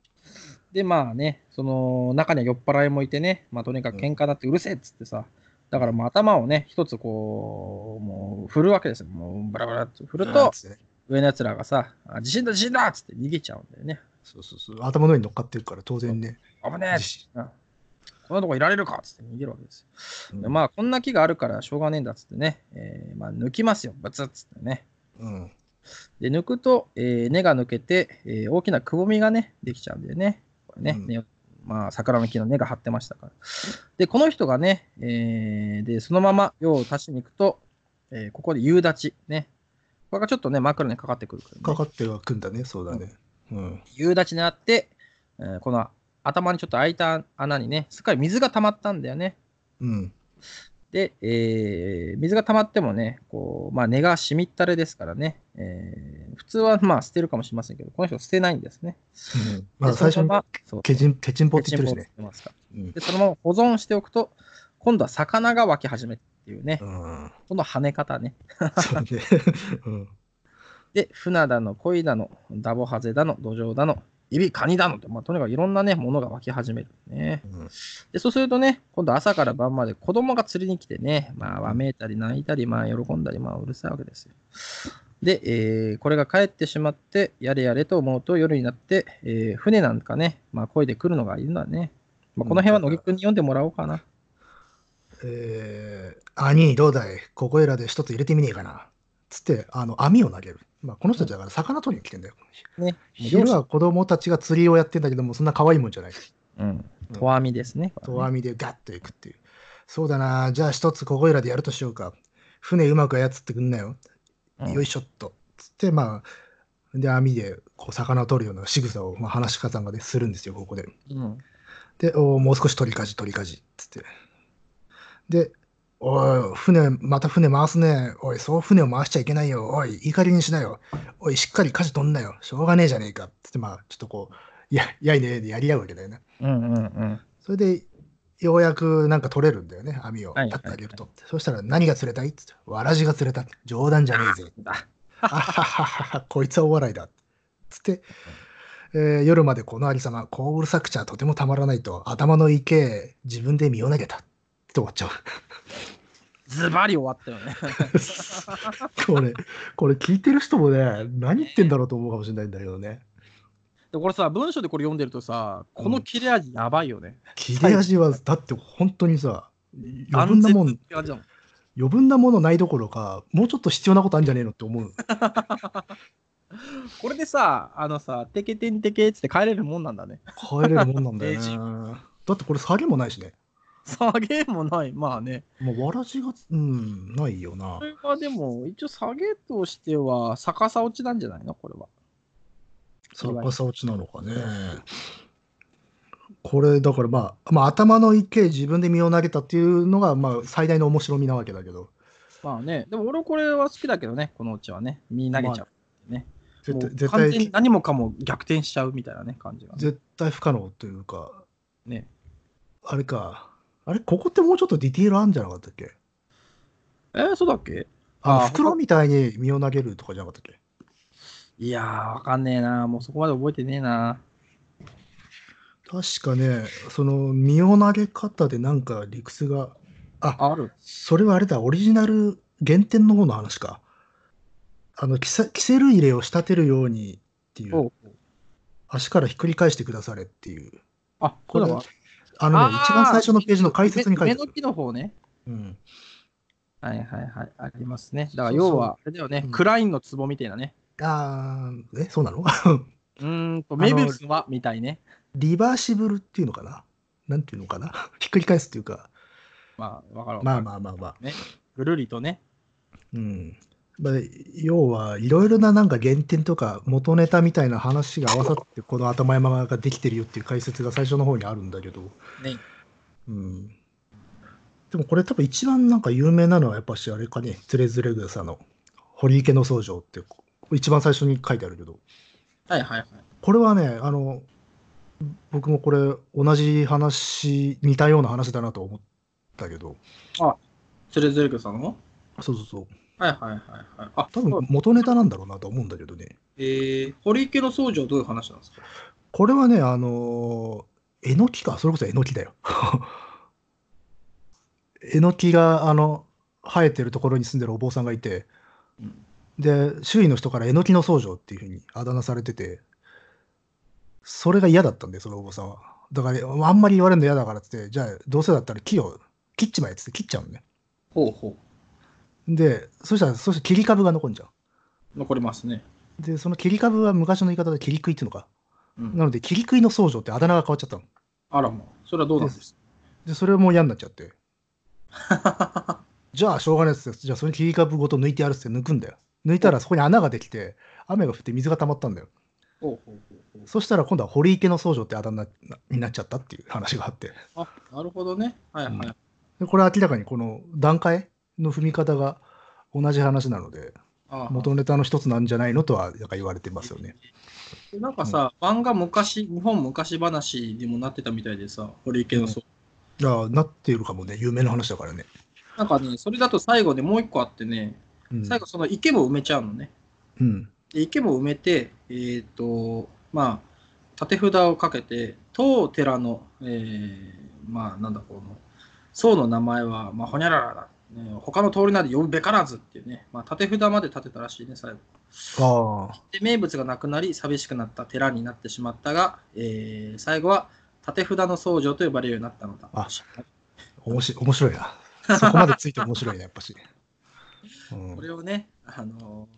Speaker 2: で、まあね、その中には酔っ払いもいてね、まあとにかく喧嘩だってうるせえっつってさ、だからもう頭をね、一つこう、もう振るわけですよ。もうブラブラって振る
Speaker 1: なん
Speaker 2: と、
Speaker 1: つってね
Speaker 2: 上のやつらがさ、あ地震だ地震だっつって逃げちゃうんだよね。
Speaker 1: そうそうそう頭の上に乗っかってるから当然ね、
Speaker 2: 危ねえ
Speaker 1: 自信
Speaker 2: うんこんなとこいられるかっつって逃げるわけです
Speaker 1: う
Speaker 2: よ。
Speaker 1: ん
Speaker 2: でまあ、こんな木があるからしょうがねえんだっつってね、えーまあ、抜きますよ、バツッつってね。
Speaker 1: うん、
Speaker 2: で、抜くと、えー根が抜けて、えー大きなくぼみがね、できちゃうんだよね。これね、
Speaker 1: うん
Speaker 2: 根まあ、桜の木の根が張ってましたから。で、この人がね、えーで、そのまま用を足しに行くと、えーここで夕立ち、ね。これがちょっとね、枕にかかってくるからね
Speaker 1: かかってはくんだねそうだね、うん
Speaker 2: 夕立ちになって、えーこの頭にちょっと開いた穴にね、すっかり水が溜まったんだよね。
Speaker 1: うん
Speaker 2: で、えー水が溜まってもね、こう、まあ、根がしみったれですからね、えー普通はまあ捨てるかもしれませんけど、この人は捨てないんですね。
Speaker 1: うんまあ
Speaker 2: で
Speaker 1: 最初
Speaker 2: その
Speaker 1: に
Speaker 2: ままそう
Speaker 1: ケチンケチンポっ
Speaker 2: ケ
Speaker 1: て
Speaker 2: チ
Speaker 1: 言
Speaker 2: ン
Speaker 1: ってるしね
Speaker 2: ポって言ってますから
Speaker 1: うん
Speaker 2: で、そのまま保存しておくと、今度は魚が湧き始めるっていうね、
Speaker 1: うん
Speaker 2: この跳ね方ね。
Speaker 1: <laughs> そうね。うん。
Speaker 2: で、船だの、恋だの、ダボハゼだの、土壌だの、指カニだのって、まあ、とにかくいろんなね、ものが湧き始めるね。
Speaker 1: うん
Speaker 2: で、そうするとね、今度朝から晩まで子供が釣りに来てね、まあ、わめいたり泣いたり、まあ、喜んだり、まあ、うるさいわけですよ。で、えーこれが帰ってしまって、やれやれと思うと夜になって、えー船なんかね、まあ、漕いでくるのがいるんだね。まあ、この辺は野木くんに読んでもらおうかな。
Speaker 1: えー、兄どうだいここいらで一つ入れてみねえかなつってあの網を投げる、まあ、この人たちだから魚取りに来てんだよ
Speaker 2: ね。
Speaker 1: 昼は子供たちが釣りをやってんだけどもそんな可愛いもんじゃない
Speaker 2: うん。と網ですね。
Speaker 1: 遠網でガッと行くっていう。そうだな、じゃあ一つここいらでやるとしようか。船うまく操ってくんなよ。
Speaker 2: うん
Speaker 1: よいしょっと。つって、まあ、で、網でこう魚を取るような仕草を、まあ、話し家さんがね、するんですよ、ここで。
Speaker 2: うん。
Speaker 1: で、おーもう少し取りかじ、取りかじ。つって。で、おい、船、また船回すね。おい、そう船を回しちゃいけないよ。おい、いい加減にしなよ。おい、しっかり舵取んなよ。しょうがねえじゃねえか。つって、まあ、ちょっとこう、いや、やいねえでやり合うわけだよね。
Speaker 2: うんうんうん。
Speaker 1: それで、ようやくなんか取れるんだよね、網を。
Speaker 2: は
Speaker 1: パ
Speaker 2: い
Speaker 1: ッとあげると。そしたら、何が釣れたいって言ったらわらじが釣れた。冗談じゃねえぜ。
Speaker 2: だ
Speaker 1: あはははは、こいつはお笑いだ。つって、えー夜までこのありさま、こううるさくちゃとてもたまらないと、頭の池へ自分で身を投げた。って終わっ
Speaker 2: <laughs>
Speaker 1: ちゃ
Speaker 2: ズバリ終わったよね。
Speaker 1: う。これ、これ聞いてる人もね、何言ってんだろうと思うかもしれないんだけどね。
Speaker 2: でこれさ、文章でこれ読んでるとさ、こ
Speaker 1: う
Speaker 2: の
Speaker 1: ん
Speaker 2: 切れ味やばいよね。
Speaker 1: 切れ味は、だって本当にさ、余分
Speaker 2: 断
Speaker 1: な
Speaker 2: 絶
Speaker 1: もん
Speaker 2: の切れ味だもん。
Speaker 1: 余分なものないどころか、もうちょっと必要なことあるんじゃねえのって思う。
Speaker 2: これでさ、あのさ、テケテンテケっつって帰れるもんなんだね。 <laughs>
Speaker 1: 帰れるもんなんだよ
Speaker 2: レジ
Speaker 1: ね。だってこれ下げもないしね。
Speaker 2: 下げもない、まあね。
Speaker 1: もうわらじが、うん、ないよな
Speaker 2: こ。れはでも、一応下げとしては逆さ落ちなんじゃないのこれは。
Speaker 1: 逆さ落ちなのかね。これだからまあ、まあ、頭の池へ自分で身を投げたっていうのが、まあ、最大の面白みなわけだけど、
Speaker 2: まあね、でも俺これは好きだけどね、このうちはね、身投げちゃう。ね、
Speaker 1: 絶
Speaker 2: も
Speaker 1: 対
Speaker 2: う
Speaker 1: 絶
Speaker 2: 完全に
Speaker 1: 対
Speaker 2: 何もかも逆転しちゃうみたいなね、感じがね。
Speaker 1: 絶対不可能というか、
Speaker 2: ね
Speaker 1: あれか、あれ、ここってもうちょっとディティールあるんじゃなかったっけ
Speaker 2: えー、そうだっけ
Speaker 1: あ
Speaker 2: あ
Speaker 1: 袋みたいに身を投げるとかじゃなかったっけ
Speaker 2: いやー、わかんねえな。もうそこまで覚えてねえな。
Speaker 1: 確かね、その身を投げ方でなんか理屈が、あ、
Speaker 2: ある
Speaker 1: それはあれだ、オリジナル原点の方の話か。あの、キセキセル入れを仕立てるようにっていう、
Speaker 2: おう
Speaker 1: 足からひっくり返してくだされっていう、
Speaker 2: あ、
Speaker 1: こ
Speaker 2: こ
Speaker 1: れ
Speaker 2: れ
Speaker 1: は
Speaker 2: は。
Speaker 1: あのね、
Speaker 2: あー
Speaker 1: 一番最初のページの解説に書いてあ
Speaker 2: 目の
Speaker 1: る。
Speaker 2: 木の方ね。
Speaker 1: うん、
Speaker 2: はいはいはい。ありますね。だか
Speaker 1: そ
Speaker 2: ら
Speaker 1: うそう
Speaker 2: 要は、あれだよね、
Speaker 1: うん
Speaker 2: クラインの壺みたいなね。
Speaker 1: あーえ、そうなの <laughs>
Speaker 2: うーんと、
Speaker 1: の
Speaker 2: メビウスはみたいね。
Speaker 1: リバーシブルっていうのかななんていうのかな <laughs> ひっくり返すっていうか、
Speaker 2: まあ、わかるわか
Speaker 1: ま
Speaker 2: る。
Speaker 1: あまあまあまあ。
Speaker 2: ぐるりとね。
Speaker 1: うんまあ、要はいろいろななんか原点とか元ネタみたいな話が合わさってこの頭山ができてるよっていう解説が最初の方にあるんだけど、
Speaker 2: ね
Speaker 1: うん、でもこれ多分一番なんか有名なのはやっぱしあれかね「つれづれ草の堀池の僧正」ってこう一番最初に書いてあるけど
Speaker 2: はいはいはい。
Speaker 1: これはねあの僕もこれ同じ話似たような話だなと思ったけど
Speaker 2: つれずれくさんの
Speaker 1: そうそうそう
Speaker 2: はいはいはいはい。あ、
Speaker 1: 多
Speaker 2: そう
Speaker 1: 分元ネタなんだろうなと思うんだけどね。
Speaker 2: えー、堀池の僧侶はどういう話なんですか
Speaker 1: これはね、あのーえのきか、それこそえのきだよ。 <laughs> えのきが、あの、生えてるところに住んでるお坊さんがいて、
Speaker 2: うん
Speaker 1: で、周囲の人からえのきの僧正っていうふうにあだ名されてて、それが嫌だったんで、そのお坊さんは。だから、あんまり言われるの嫌だからっつって、じゃあ、どうせだったら木を切っちまえっつって切っちゃうのね。
Speaker 2: ほうほ
Speaker 1: で、そしたら、そして切り株が残んじゃん。
Speaker 2: う。残りますね。
Speaker 1: で、その切り株は昔の言い方で切り食いっていうのか。
Speaker 2: うん、
Speaker 1: なので、切り食いの僧正ってあだ名が変わっちゃったの。
Speaker 2: あらもう、それはどうなんです
Speaker 1: で、それも嫌になっちゃって。
Speaker 2: か
Speaker 1: じゃあしょうがないっすよ。じゃあその切り株ごと抜いてやるっつって抜くんだよ。抜いたらそこに穴ができて、雨が降って水が溜まったんだよ。
Speaker 2: <laughs> ほうほうほうほう。
Speaker 1: そしたら今度は堀池の僧正ってあだ名になっちゃったっていう話があって。
Speaker 2: あ、なるほどね。はいはい。
Speaker 1: うんでこれは明らかにこの段階の踏み方が同じ話なので、
Speaker 2: ああ
Speaker 1: 元ネタの一つなんじゃないのとはなんか言われてますよね。
Speaker 2: でなんかさ、漫画昔、日本昔話にもなってたみたいでさ、堀池のそう、
Speaker 1: じゃあなっているかもね、有名な話だからね。
Speaker 2: なんかね、それだと最後でもう一個あってね、
Speaker 1: うん。
Speaker 2: 最後その池も埋めちゃうのね。
Speaker 1: うん、
Speaker 2: で池も埋めて、えっ、と、まあ、縦札をかけて、当寺の、えーまあ、なんだこの、僧の名前は、まあ、ほにゃららだ。えー他の通りなど呼ぶべからずっていうね、まあ、縦札まで立てたらしいね、最後。
Speaker 1: ああ、
Speaker 2: で名物がなくなり寂しくなった寺になってしまったが、えー最後は縦札の僧侶と呼ばれるようになったのだ。
Speaker 1: あおもし面白いな。そこまでついて面白いな、やっぱし。うん
Speaker 2: <laughs> これをね、あの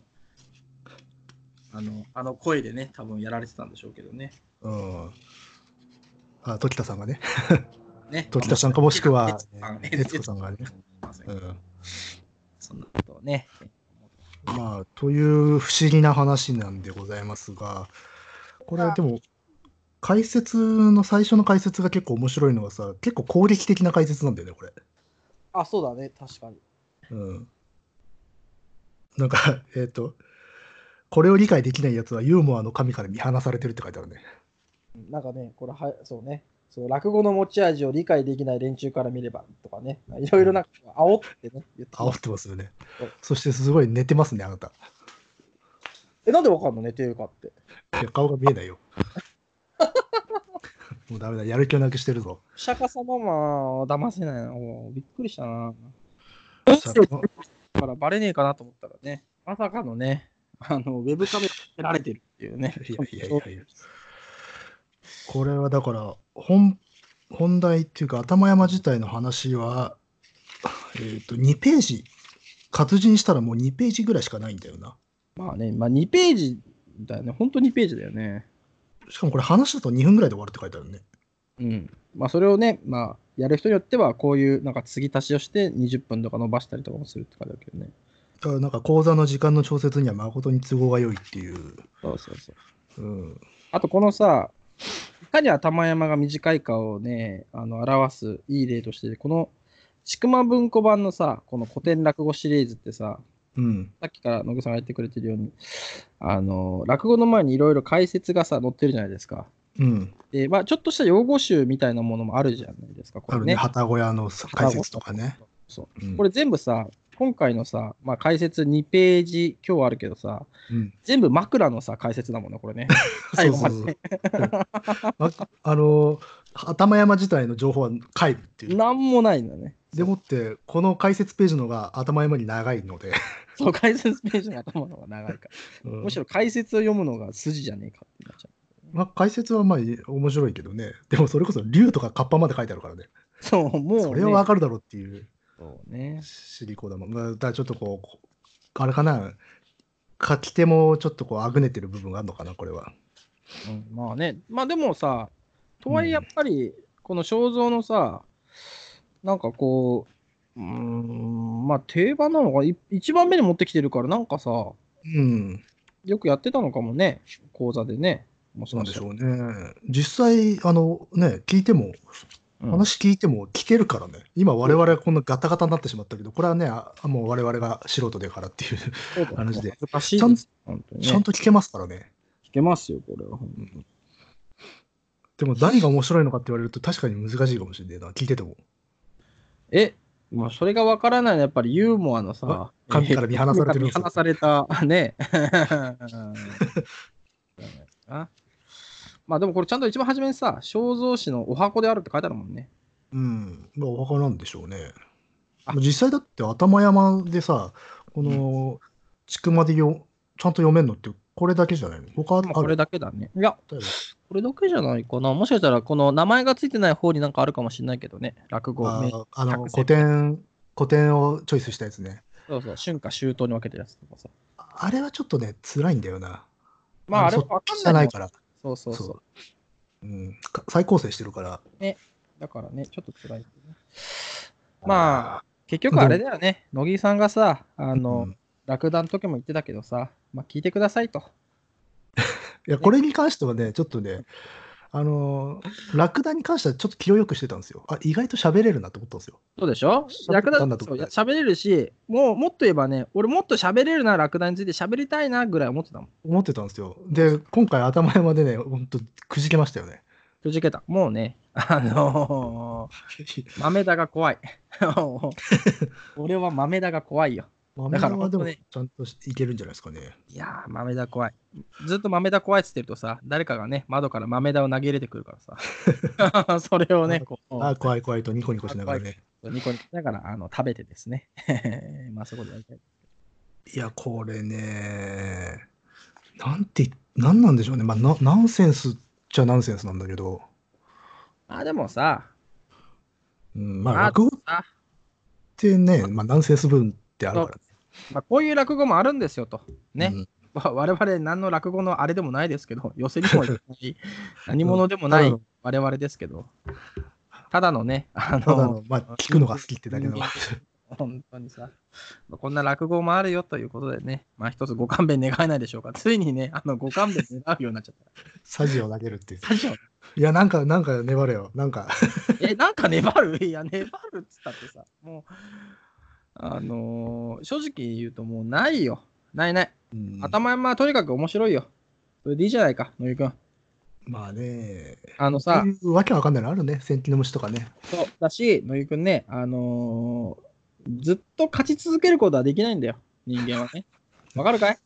Speaker 2: ーあのあの声でね、多分やられてたんでしょうけどね。
Speaker 1: うん。あ、時田さんがね。
Speaker 2: ね
Speaker 1: 時田さんかもしく
Speaker 2: <laughs>
Speaker 1: は
Speaker 2: まあ、
Speaker 1: 徹子さんがね
Speaker 2: 徹子さん
Speaker 1: う
Speaker 2: がね
Speaker 1: ん、
Speaker 2: そんなことをね。
Speaker 1: まあ、という不思議な話なんでございますが、これはでも、解説の最初の解説が結構面白いのはさ、結構攻撃的な解説なんだよね、これ。
Speaker 2: あ、そうだね、確かに。
Speaker 1: うん。なんか、 <laughs> えっ、と、これを理解できないやつはユーモアの神から見放されてるって書いてあるね。
Speaker 3: なんかね、これは、そうね、そう落語の持ち味を理解できない連中から見ればとかね、いろいろなんか煽ってね、言ってま
Speaker 1: 煽
Speaker 3: す
Speaker 1: ってますよね
Speaker 3: うん。
Speaker 1: そしてすごい寝てますね、あなた。
Speaker 3: え、なんでわかんの寝てるかって。
Speaker 1: いや顔が見えないよ。もうダメだ、やる気をなくしてるぞ。
Speaker 3: お釈迦様は騙せないな。もうびっくりしたな。
Speaker 2: だからバレねえかなと思ったらね、まさかのね、あのウェブカメラつけられてるっていうね。
Speaker 1: いやいやいやいや。これはだから本、本題っていうか、頭山自体の話は、えー、と2ページ、活字にしたらもう2ページぐらいしかないんだよな。
Speaker 2: まあね、まあ、2ページだよね、本当2ページだよね。
Speaker 1: しかもこれ話だと2分ぐらいで終わるって書いてあるね。
Speaker 2: うん。まあ、それをね、まあ、やる人によっては、こういう、なんか、継ぎ足しをして、20分とか伸ばしたりとかもするって書いてあるけどね。
Speaker 1: だからなんか講座の時間の調節には誠に都合が良いっていう。
Speaker 2: そうそうそう。
Speaker 1: うん。
Speaker 2: あと、このさ、いかに頭山が短いかをね、あの、表すいい例として、この、ちくま文庫版のさ、この古典落語シリーズってさ、
Speaker 1: うん。
Speaker 2: さっきから野口さんが言ってくれてるように、あの、落語の前にいろいろ解説がさ、載ってるじゃないですか。
Speaker 1: うん。
Speaker 2: で、まあ、ちょっとした用語集みたいなものもあるじゃないですか、こ
Speaker 1: あ
Speaker 2: れ
Speaker 1: る
Speaker 2: ね。
Speaker 1: ね、旗小屋の解説とかね。
Speaker 2: そう。
Speaker 1: うん
Speaker 2: これ全部さ、今回のさ、まあ、解説2ページ、今日あるけどさ、
Speaker 1: うん、
Speaker 2: 全部枕のさ、解説だもんね、これね。
Speaker 1: そ
Speaker 2: 最
Speaker 1: う
Speaker 2: 後
Speaker 1: <laughs> そ
Speaker 2: ま
Speaker 1: う
Speaker 2: で
Speaker 1: そう。まあの、頭山自体の情報は皆無っていう。
Speaker 2: なんもないんだね。
Speaker 1: でもって、この解説ページのが頭山に長いの
Speaker 2: <laughs>
Speaker 1: で、
Speaker 2: そう、解説ページの頭の方が長いか
Speaker 1: う
Speaker 2: ら。
Speaker 1: ん
Speaker 2: むしろ解説を読むのが筋じゃねえかってなっちゃう。
Speaker 1: まあ、解説はまあ面白いけどね、でもそれこそ竜とかカッパまで書いてあるからね、
Speaker 2: そう、もう、ね。
Speaker 1: それはわかるだろうっていう
Speaker 2: そうね。
Speaker 1: シリコだもん。まあだからちょっとこうこう、あれかな、書き手もちょっとこう、あぐねてる部分があるのかな、これは。
Speaker 2: うん、まあね。まあでもさ、とはいえやっぱり、この肖像のさ、なんかこう、うーん、まあ定番なのが、い一番目に持ってきてるから、なんかさ、
Speaker 1: うん、
Speaker 2: よくやってたのかもね、講座でね。もし
Speaker 1: そう
Speaker 2: か
Speaker 1: で
Speaker 2: し
Speaker 1: した
Speaker 2: ら
Speaker 1: ょうね。実際、あのね、聞いても、
Speaker 2: うん
Speaker 1: 話聞いても聞けるからね、今、我々はこんなガタガタになってしまったけど、これはね、あもう我々が素人だからっていう、
Speaker 2: そうだよ
Speaker 1: 話で
Speaker 2: 恥ずかしいです。本当にね。
Speaker 1: ちゃんと聞けますからね。
Speaker 2: 聞けますよ、これは。
Speaker 1: でも何が面白いのかって言われると確かに難しいかもしれないな、聞いてても。
Speaker 2: え、まあ、それがわからないのはやっぱりユーモアのさ
Speaker 1: わ、神から見放されてるんで
Speaker 2: えー
Speaker 1: すよ
Speaker 2: 神から見放された、ね。 <laughs> うんあまあでもこれちゃんと一番初めにさ、肖像師のお箱であるって書いてあるもんね。
Speaker 1: うん、まあお墓なんでしょうね。
Speaker 2: あ
Speaker 1: 実際だって頭山でさ、この、ちくまでよちゃんと読めんのってこれだけじゃないの他ある
Speaker 2: まあ、これだけだね。いや、
Speaker 1: だよね
Speaker 2: これだけじゃないかな。もしかしたらこの名前がついてない方になんかあるかもしれないけどね。落語、名
Speaker 1: ああの古
Speaker 2: 作戦
Speaker 1: 典、古典をチョイスしたやつね。
Speaker 2: そうそう、春夏秋冬に分けてるやつとかさ。
Speaker 1: あれはちょっとね、辛いんだよな。
Speaker 2: まああれ
Speaker 1: そ
Speaker 2: わかん
Speaker 1: 汚
Speaker 2: ないい
Speaker 1: から。
Speaker 2: そうそうそう。
Speaker 1: そううん、か再構成してるから。
Speaker 2: だからね、ちょっと辛い、ね。まあ、結局あれだよね。乃木さんがさ、あ
Speaker 1: あ
Speaker 2: の、楽団の時も言ってたけどさ、まあ聞いてくださいと。
Speaker 1: いや、これに関してはね、ちょっとね、あのーラクダに関してはちょっと気をよくしてたんですよ。あ、意外と喋れるなと思ったんですよ。
Speaker 2: そうでしょ
Speaker 1: 喋っ
Speaker 2: 楽
Speaker 1: た
Speaker 2: 団
Speaker 1: んだと
Speaker 2: そう
Speaker 1: 思
Speaker 2: い
Speaker 1: った
Speaker 2: や喋れるし、もうもっと言えばね、俺もっと喋れるな、楽団について喋りたいなぐらい思ってたもん。
Speaker 1: 思ってたんですよ。で、今回頭山でね、ほんとくじけましたよね。
Speaker 2: くじけた。もうね、あ <laughs> のー、豆田が怖い。俺は豆田が怖いよ。
Speaker 1: 豆
Speaker 2: だ
Speaker 1: 田
Speaker 2: から
Speaker 1: はでも
Speaker 2: 本当ね
Speaker 1: ちゃんといけるんじゃないですかね。
Speaker 2: いやー、豆だ怖い。ずっと豆だ怖いっつってるとさ、誰かがね、窓から豆だを投げ入れてくるから
Speaker 1: <laughs>
Speaker 2: さ。それをね、こう、
Speaker 1: あー怖い怖いとニコニコしながらね。
Speaker 2: ニコニコしながらあの食べてですね。 <laughs> まあ、そこでやりたい。
Speaker 1: いや、これね、なんて、なんなんでしょうね。まあ、なナンセンスっちゃナンセンスなんだけど、
Speaker 2: あ、でもさ、
Speaker 1: うん、まあ、
Speaker 2: あ
Speaker 1: 落語っ
Speaker 2: あ
Speaker 1: てね、まあ、ナンセンス分ってあるから
Speaker 2: まあ、こういう落語もあるんですよと。ね。
Speaker 1: うん
Speaker 2: わ我々何の落語のあれでもないですけど、寄せにもいか
Speaker 1: <laughs>
Speaker 2: ない、何者でもな
Speaker 1: う
Speaker 2: い
Speaker 1: ん
Speaker 2: 我々ですけど、ただのね、あ
Speaker 1: ただ
Speaker 2: の、
Speaker 1: の、まあ、聞くのが好きってだけの
Speaker 2: 人間本当にさ、まあこんな落語もあるよということでね、まあ一つご勘弁願えないでしょうか。ついにね、あのご勘弁願うようになっちゃっ
Speaker 1: サジを投げるっていう。
Speaker 2: た。大丈
Speaker 1: いや、なんか、なんか粘れよ。なんか、
Speaker 2: 夫え、なんか粘る <laughs> いや、粘るっつったってさ、もう、あのー正直言うともうないよ。ないない。
Speaker 1: うん
Speaker 2: 頭山はとにかく面白いよ。それでいいじゃないか、のりくん。
Speaker 1: まあね、
Speaker 2: あの
Speaker 1: そ
Speaker 2: さ
Speaker 1: う、いうわけわかんないのあるね。千切の虫とかね。
Speaker 2: そうだし、野木くんね、あのーずっと勝ち続けることはできないんだよ、人間はね。わかるかい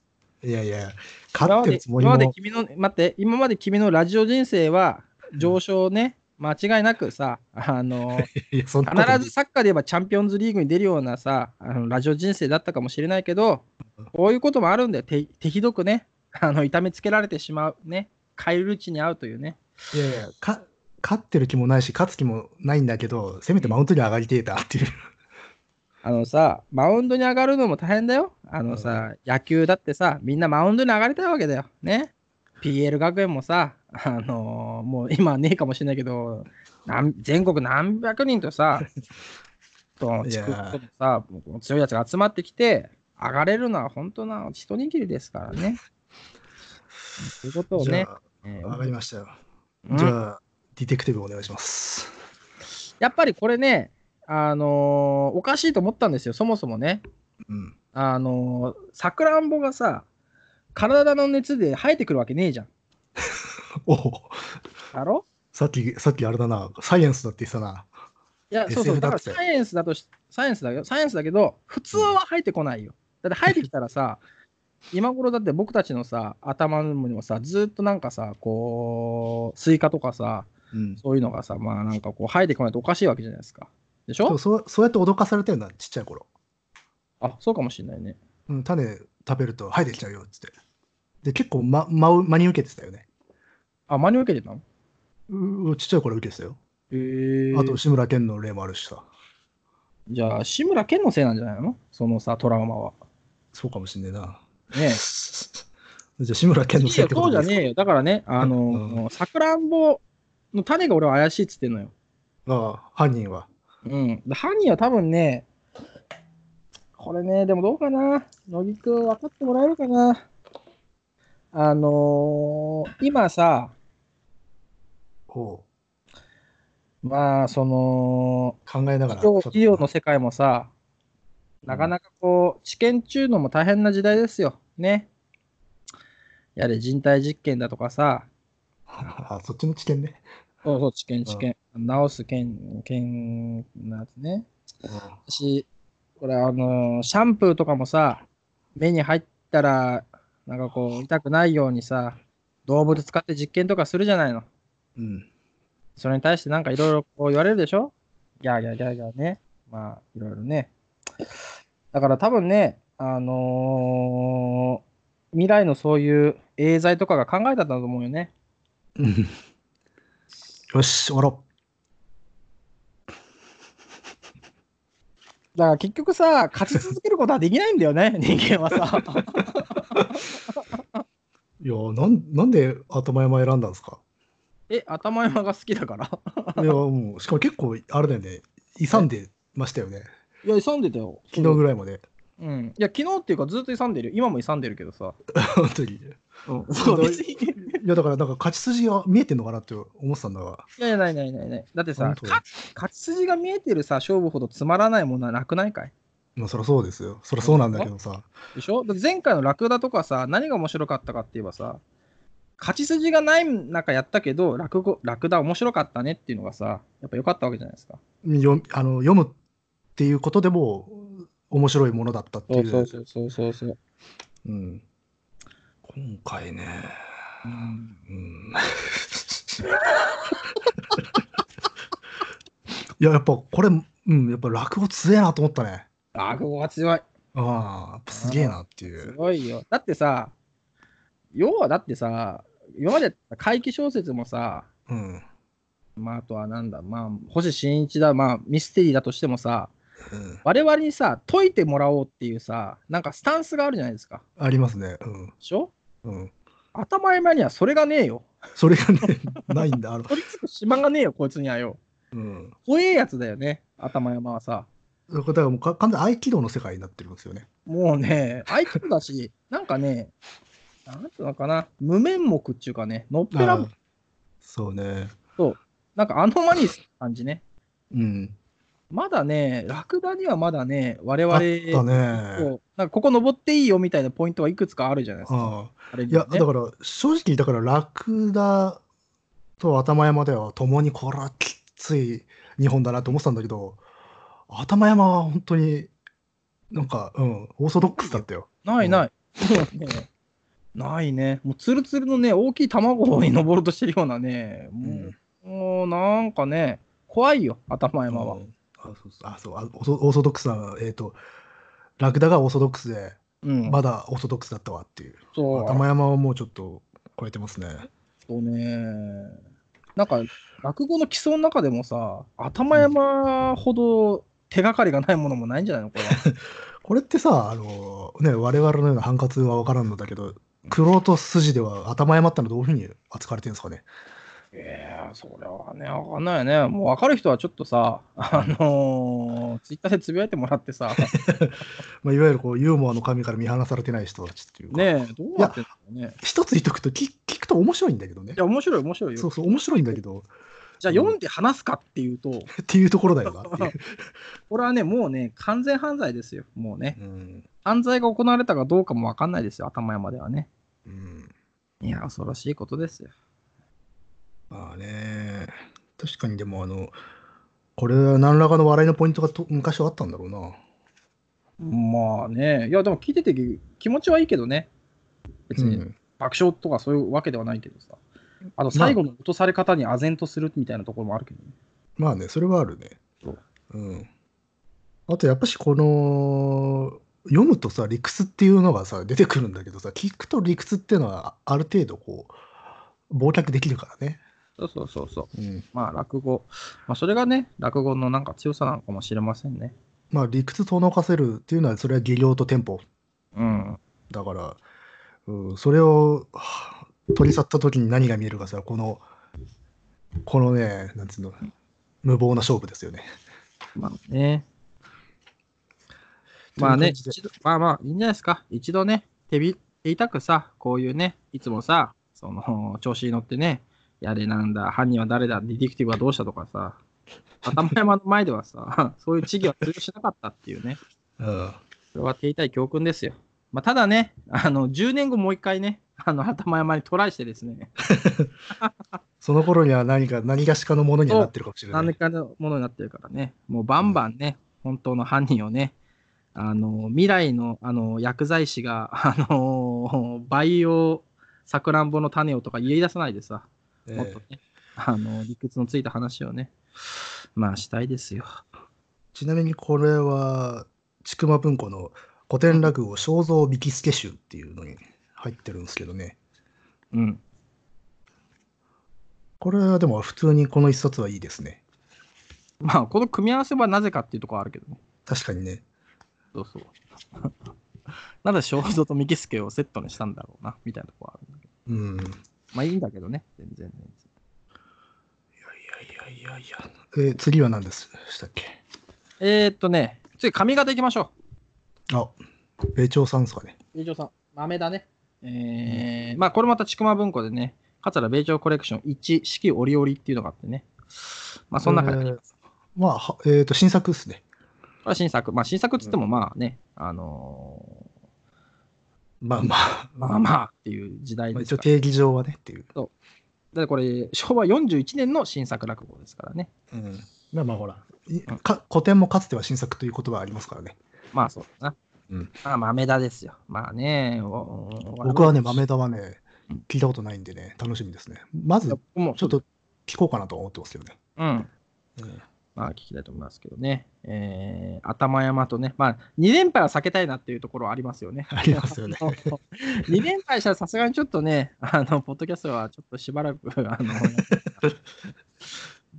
Speaker 1: いやいや、
Speaker 2: 今
Speaker 1: 勝っ
Speaker 2: ま
Speaker 1: てる
Speaker 2: で
Speaker 1: つも
Speaker 2: 今
Speaker 1: り
Speaker 2: ま
Speaker 1: も
Speaker 2: で君の、待って、今まで君のラジオ人生は上昇ね、間違いなくさ、あのー
Speaker 1: いやそんなことない
Speaker 2: 必ずサッカーで言えばチャンピオンズリーグに出るようなさ、あのラジオ人生だったかもしれないけど、こういうこともあるんだよ、手手ひどくね、あの痛めつけられてしまうね、返るうちに会うというね。
Speaker 1: いやいや、か勝ってる気もないし、勝つ気もないんだけど、せめてマウントに上がりてえだっていう。
Speaker 2: あのさ、マウンドに上がるのも大変だよ。あのさ、野球だってさ、みんなマウンドに上がりたいわけだよ。ね。PL 学園もさ、あのーもう今はねえかもしれないけど、なん全国何百人
Speaker 1: <laughs>
Speaker 2: とさ、と
Speaker 1: い
Speaker 2: 地
Speaker 1: や
Speaker 2: 区ともさ、もう強いやつが集まってきて、上がれるのは本当な一握りですからね。そういうことを
Speaker 1: じ
Speaker 2: ね
Speaker 1: ゃ。
Speaker 2: え
Speaker 1: あ、
Speaker 2: ー
Speaker 1: わかりましたよ。
Speaker 2: うん
Speaker 1: じゃあ、ディテクティブお願いします。
Speaker 2: やっぱりこれね、あのーおかしいと思ったんですよ、そもそもね。
Speaker 1: うん。
Speaker 2: あのーさくらんぼがさ体の熱で生えてくるわけねえじゃん。
Speaker 1: おお、
Speaker 2: だろ
Speaker 1: さっき、さっきあれだな、サイエンスだって言ってたな。
Speaker 2: いやそうそう
Speaker 1: SF
Speaker 2: だから
Speaker 1: だって
Speaker 2: サイエンスだとしサイエンスだよサイエンスだけど普通は生えてこないよ。だって生えてきたらさ今頃だって僕たちのさ頭にもさずっとなんかさこうスイカとかさ
Speaker 1: うん。
Speaker 2: そういうのがさまあなんかこう生えてこないとおかしいわけじゃないですか。でし
Speaker 1: そ
Speaker 2: ょ
Speaker 1: うそうそうやって脅かされてるんだ、ちっちゃい頃。
Speaker 2: あそうかもしれないね。
Speaker 1: うん、種食べると生えてきちゃうよっつって。で、結構、ま、真を真に受けてたよね。
Speaker 2: あ真に受けてたの
Speaker 1: ううちっちゃい頃受けてたよ。
Speaker 2: へ
Speaker 1: あと、志村けんの例もあるしさ。
Speaker 2: じゃあ志村けんのせいなんじゃないのそのさトラウマは。
Speaker 1: そうかもしんねえな。
Speaker 2: ねえ。
Speaker 1: <laughs> じゃあ、志村けんの
Speaker 2: い
Speaker 1: せい
Speaker 2: や
Speaker 1: ってこ
Speaker 2: そう
Speaker 1: とで
Speaker 2: じ
Speaker 1: す
Speaker 2: ゃ
Speaker 1: か
Speaker 2: ねえよ。だからね、あの、
Speaker 1: うん
Speaker 2: さくらんぼの種が俺は怪しいっつってんのよ。
Speaker 1: ああ、犯人は。
Speaker 2: うん。で犯人は多分ね、これね、でもどうかな。乃木くん分かってもらえるかな。あのー今さ、
Speaker 1: おう
Speaker 2: まあ、その、
Speaker 1: 考えながら。
Speaker 2: 医療医療の世界もさ、なかなかこう、治験中のも大変な時代ですよ。ね。やれ、人体実験だとかさ、
Speaker 1: <laughs> あそっちの知見ね。
Speaker 2: そうそう、治験、治験。治す剣、剣なやつね。私、これ、あのーシャンプーとかもさ、目に入ったら、なんかこう、痛くないようにさ、動物使って実験とかするじゃないの。
Speaker 1: うん。
Speaker 2: それに対してなんかいろいろこう言われるでしょギャーギャーギャーギャーね。まあ、いろいろね。だから多分ね、あのー未来のそういうエーザイとかが考えたんだと思うよね。
Speaker 1: うんよし、終わろ
Speaker 2: だから結局さ、勝ち続けることはできないんだよね、人間はさ。
Speaker 1: う。いやなん、なんで頭山選んだんですか
Speaker 2: え、頭山が好きだから。
Speaker 1: いや、もう、しかも結構、あれだよね、勇んでましたよ
Speaker 2: <laughs>
Speaker 1: ね。
Speaker 2: <laughs> いや、勇んでたよ。
Speaker 1: 昨日ぐらいまで。 <laughs>
Speaker 2: うん。いや、昨日っていうか、ずっと勇んでる。今も勇んでるけどさ。
Speaker 1: 本当に。い
Speaker 2: そう、
Speaker 1: ひどい
Speaker 2: 別に。い <laughs>
Speaker 1: や、だから、なんか勝ち筋が見えてんのかなって思ってたんだが。
Speaker 2: やいや、ないないないない。だってさ、
Speaker 1: 本当
Speaker 2: 勝勝ち筋が見えてるさ、勝負ほどつまらないものはなくないかい
Speaker 1: まあ、そりゃそうですよ。そりゃそうなんだけどさ。
Speaker 2: でしょだって前回のラクダとかさ、何が面白かったかって言えばさ、勝ち筋がない中やったけど、落語ラクダ面白かったねっていうのがさ、やっぱ良かったわけじゃないですか。
Speaker 1: よあの読むっていうことでもう面白いものだったって
Speaker 2: そ
Speaker 1: いうう。
Speaker 2: そうそうそうそうそう。
Speaker 1: うん、今回ね、
Speaker 2: うん
Speaker 1: うん、 <laughs> いや、やっぱこれ、うん、やっぱ落語強えなと思ったね。
Speaker 2: 落語が強い。
Speaker 1: ああ、やっぱすげえなってい
Speaker 2: す
Speaker 1: う。
Speaker 2: ごいよ。だってさ、要はだってさ、今までやった怪奇小説もさ、
Speaker 1: うん。
Speaker 2: まあ、あとはなんだ、まあ、星新一だ、まあ、ミステリーだとしてもさ、
Speaker 1: うん、
Speaker 2: 我々にさ、解いてもらおうっていうさ、なんかスタンスがあるじゃないですか。
Speaker 1: ありますね。うん。
Speaker 2: でしょ
Speaker 1: うん。
Speaker 2: 頭山にはそれがねえよ。
Speaker 1: それがね、ないんだ。あの、
Speaker 2: 取り付く島がねえよ、こいつにはよ。
Speaker 1: うん。
Speaker 2: 怖えやつだよね、頭山はさ。
Speaker 1: だからもうか完全に合気道の世界になってるんですよね。
Speaker 2: もうね、相手だし、なんかね、なんていうのかな、無面目っていうかね、のっぺらぼう
Speaker 1: ああそうね。
Speaker 2: なんかアノマリスな感じね。
Speaker 1: うん。
Speaker 2: まだね、ラクダにはまだね、我
Speaker 1: あ
Speaker 2: 々、
Speaker 1: った
Speaker 2: そ
Speaker 1: ね。
Speaker 2: うなんかここ登っていいよみたいなポイントはいくつかあるじゃないですか。
Speaker 1: ああ
Speaker 2: あれ
Speaker 1: い
Speaker 2: に
Speaker 1: や
Speaker 2: は、ね
Speaker 1: だから、正直、だから、ラクダと頭山では、共にこれはきつい日本だなと思ってたんだけど、頭山は本当に、なんか、うん、オーソドックスだったよ。
Speaker 2: ないない。 <laughs> そうねないね。もうツルツルのね、大きい卵に登ろうとしてるようなね、もう,、もうなんかね、怖いよ、頭山は。
Speaker 1: うんあそうそうあそうあオーソオーソドックスな、えっ、と、ラクダがオーソドックスで、
Speaker 2: うん、
Speaker 1: まだオーソドックスだったわっていう。
Speaker 2: そう
Speaker 1: 頭山はもうちょっと超えてますね。
Speaker 2: そうね。なんか、落語の基礎の中でもさ、頭山ほど手がかりがないものもないんじゃないのこれは。
Speaker 1: これってさ、あのね、我々のようなハンカツは分からんのだけど、クロと筋では頭山ってのはどういうふうに扱われてるんですかね。
Speaker 2: いやーそれはね、わかんないよね。もうわかる人はちょっとさ、あのー、ツイッターでつぶやいてもらって <laughs> さ、
Speaker 1: まあ、いわゆるこうユーモアの神から見放されてない人たちっていうか、
Speaker 2: ねえ、どうなってんだろうね。
Speaker 1: 一つ言っとくと聞聞くと面白いんだけどね
Speaker 2: い。や、面白い、面白い
Speaker 1: そ
Speaker 2: よ
Speaker 1: う。そう、面白いんだけど、
Speaker 2: じゃあ、読んで話すかっていうと、
Speaker 1: っていうところだよなっていう。
Speaker 2: これはね、もうね、完全犯罪ですよ、 <laughs> もうね。
Speaker 1: うん
Speaker 2: 犯罪が行われたかどうかもわかんないですよ、頭山ではね。
Speaker 1: うん、
Speaker 2: いや、恐ろしいことですよ。
Speaker 1: まあね、確かにでも、あの、これは何らかの笑いのポイントがと昔はあったんだろうな。
Speaker 2: まあね、いやでも聞いてて気持ちはいいけどね、別
Speaker 1: う
Speaker 2: に
Speaker 1: ん
Speaker 2: 爆笑とかそういうわけではないけどさ、あと最後の落とされ方に唖然とするみたいなところもあるけどね。
Speaker 1: まあね、それはあるね
Speaker 2: そう。
Speaker 1: うん。あとやっぱしこの読むとさ理屈っていうのがさ出てくるんだけどさ聞くと理屈っていうのはあある程度こう忘却できるからね。
Speaker 2: そうそうそうそう、
Speaker 1: うん、
Speaker 2: まあ落語、まあ、それがね、落語のなんか強さなのかもしれませんね。
Speaker 1: まあ理屈遠のかせるっていうのはそれは技量とテンポ
Speaker 2: うん、
Speaker 1: だから、うん、それをはあ取り去った時に何が見えるかさこのこのねなんつうの無謀な勝負ですよね。
Speaker 2: まあね、まあね、
Speaker 1: という感じ
Speaker 2: 一度まあまあいいんじゃないですか、一度ね、手び手痛くさ、こういうね、いつもさ、その調子に乗ってね、やれなんだ、犯人は誰だ、ディティクティブはどうしたとかさ、頭山の前ではさ、 <laughs> そういう知義は通用しなかったっていうね、
Speaker 1: でうん
Speaker 2: それは手痛い教訓ですよ。まあ、ただね、あの10年後もう一回ね、あの頭山にトライしてですね、
Speaker 1: その頃には何か何がしかのものにはなってるかもしれない。
Speaker 2: 何かのものになってるからね、もうバンバンね、本当の犯人をね、あの未来のあの薬剤師が、あの培養さくらんぼの種をとか言い出さないでさ、もっ
Speaker 1: ええ
Speaker 2: とね、あの理屈のついた話をね、まあしたいですよ。
Speaker 1: ちなみにこれは、千曲文庫の古典落語肖像引きスケ集っていうのに入ってるんですけどね。
Speaker 2: うん。
Speaker 1: これはでも普通にこの一冊はいいですね。
Speaker 2: まあ、この組み合わせはなぜかっていうところはあるけどね。
Speaker 1: 確かにね。
Speaker 2: そうそう。 <laughs> なぜ正蔵と幹助をセットにしたんだろうな、みたいなところはあるんだけど。
Speaker 1: うん。い
Speaker 2: まあいいんだけどね、全然、ね。
Speaker 1: やいやいやいや。えー次は何でしたっけ
Speaker 2: えー、っとね、次、髪型いきましょう。
Speaker 1: あ、米朝さんですかね。
Speaker 3: 以上さん、豆だね。
Speaker 2: えーまあこれまたちくま文庫でね、桂米朝コレクション1四季折々っていうのがあってね、まあその中で、
Speaker 1: えーまあ、はえっ、と、新作ですね。
Speaker 2: これは新作、まあ新作っつってもまあね、あの
Speaker 1: まあまあ、
Speaker 2: ーまあまあっていう時代
Speaker 1: まあ
Speaker 2: です
Speaker 1: 一応
Speaker 2: から、
Speaker 1: 定義上はねっていう。
Speaker 2: でこれ昭和41年の新作落語ですからね。
Speaker 1: うん。まあまあほら、いか古典もかつては新作という言葉ありますからね。
Speaker 2: まあそうだな。
Speaker 4: うん
Speaker 2: まあ豆田ですよ。まあね。お
Speaker 1: 僕はね、豆田はね、聞いたことないんでね、楽しみですね。まず、
Speaker 2: 田。僕も
Speaker 1: ちょっと聞こうかなと思ってますけどね。
Speaker 2: うん。まあ、聞きたいと思いますけどね。えー、頭山とね、まあ、2連敗は避けたいなっていうところはありますよね。。
Speaker 1: ありますよね
Speaker 2: 2連敗したらさすがにちょっとね、あの、ポッドキャストはちょっとしばらく、あの、やっ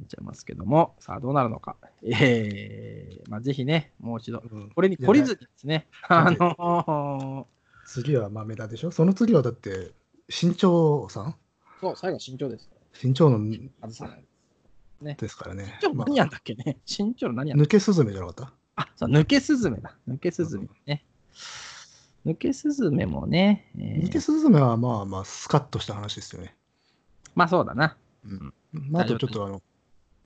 Speaker 2: ちゃいますけども、さあ、どうなるのか。えー、まあ、ぜひね、もう一度、
Speaker 1: うん
Speaker 2: これに懲りずにですね、あ
Speaker 1: ね
Speaker 2: の
Speaker 1: 次は豆田でしょその次はだって、新潮さん
Speaker 3: そう、最後慎重です。
Speaker 1: 新潮の
Speaker 3: 外さない。
Speaker 1: ですからね。
Speaker 2: ちょっと
Speaker 1: まあ
Speaker 2: 何やんだっけね、身長の何やんだっけ
Speaker 1: 抜けスズメじゃなかった
Speaker 2: あ、そう、抜けスズメだ。抜けスズメね。抜けスズメもね、え
Speaker 1: 抜け
Speaker 2: ー、
Speaker 1: スズメはまあまあ、スカッとした話ですよね。
Speaker 2: まあそうだな。
Speaker 1: まあ、あとちょっとあの、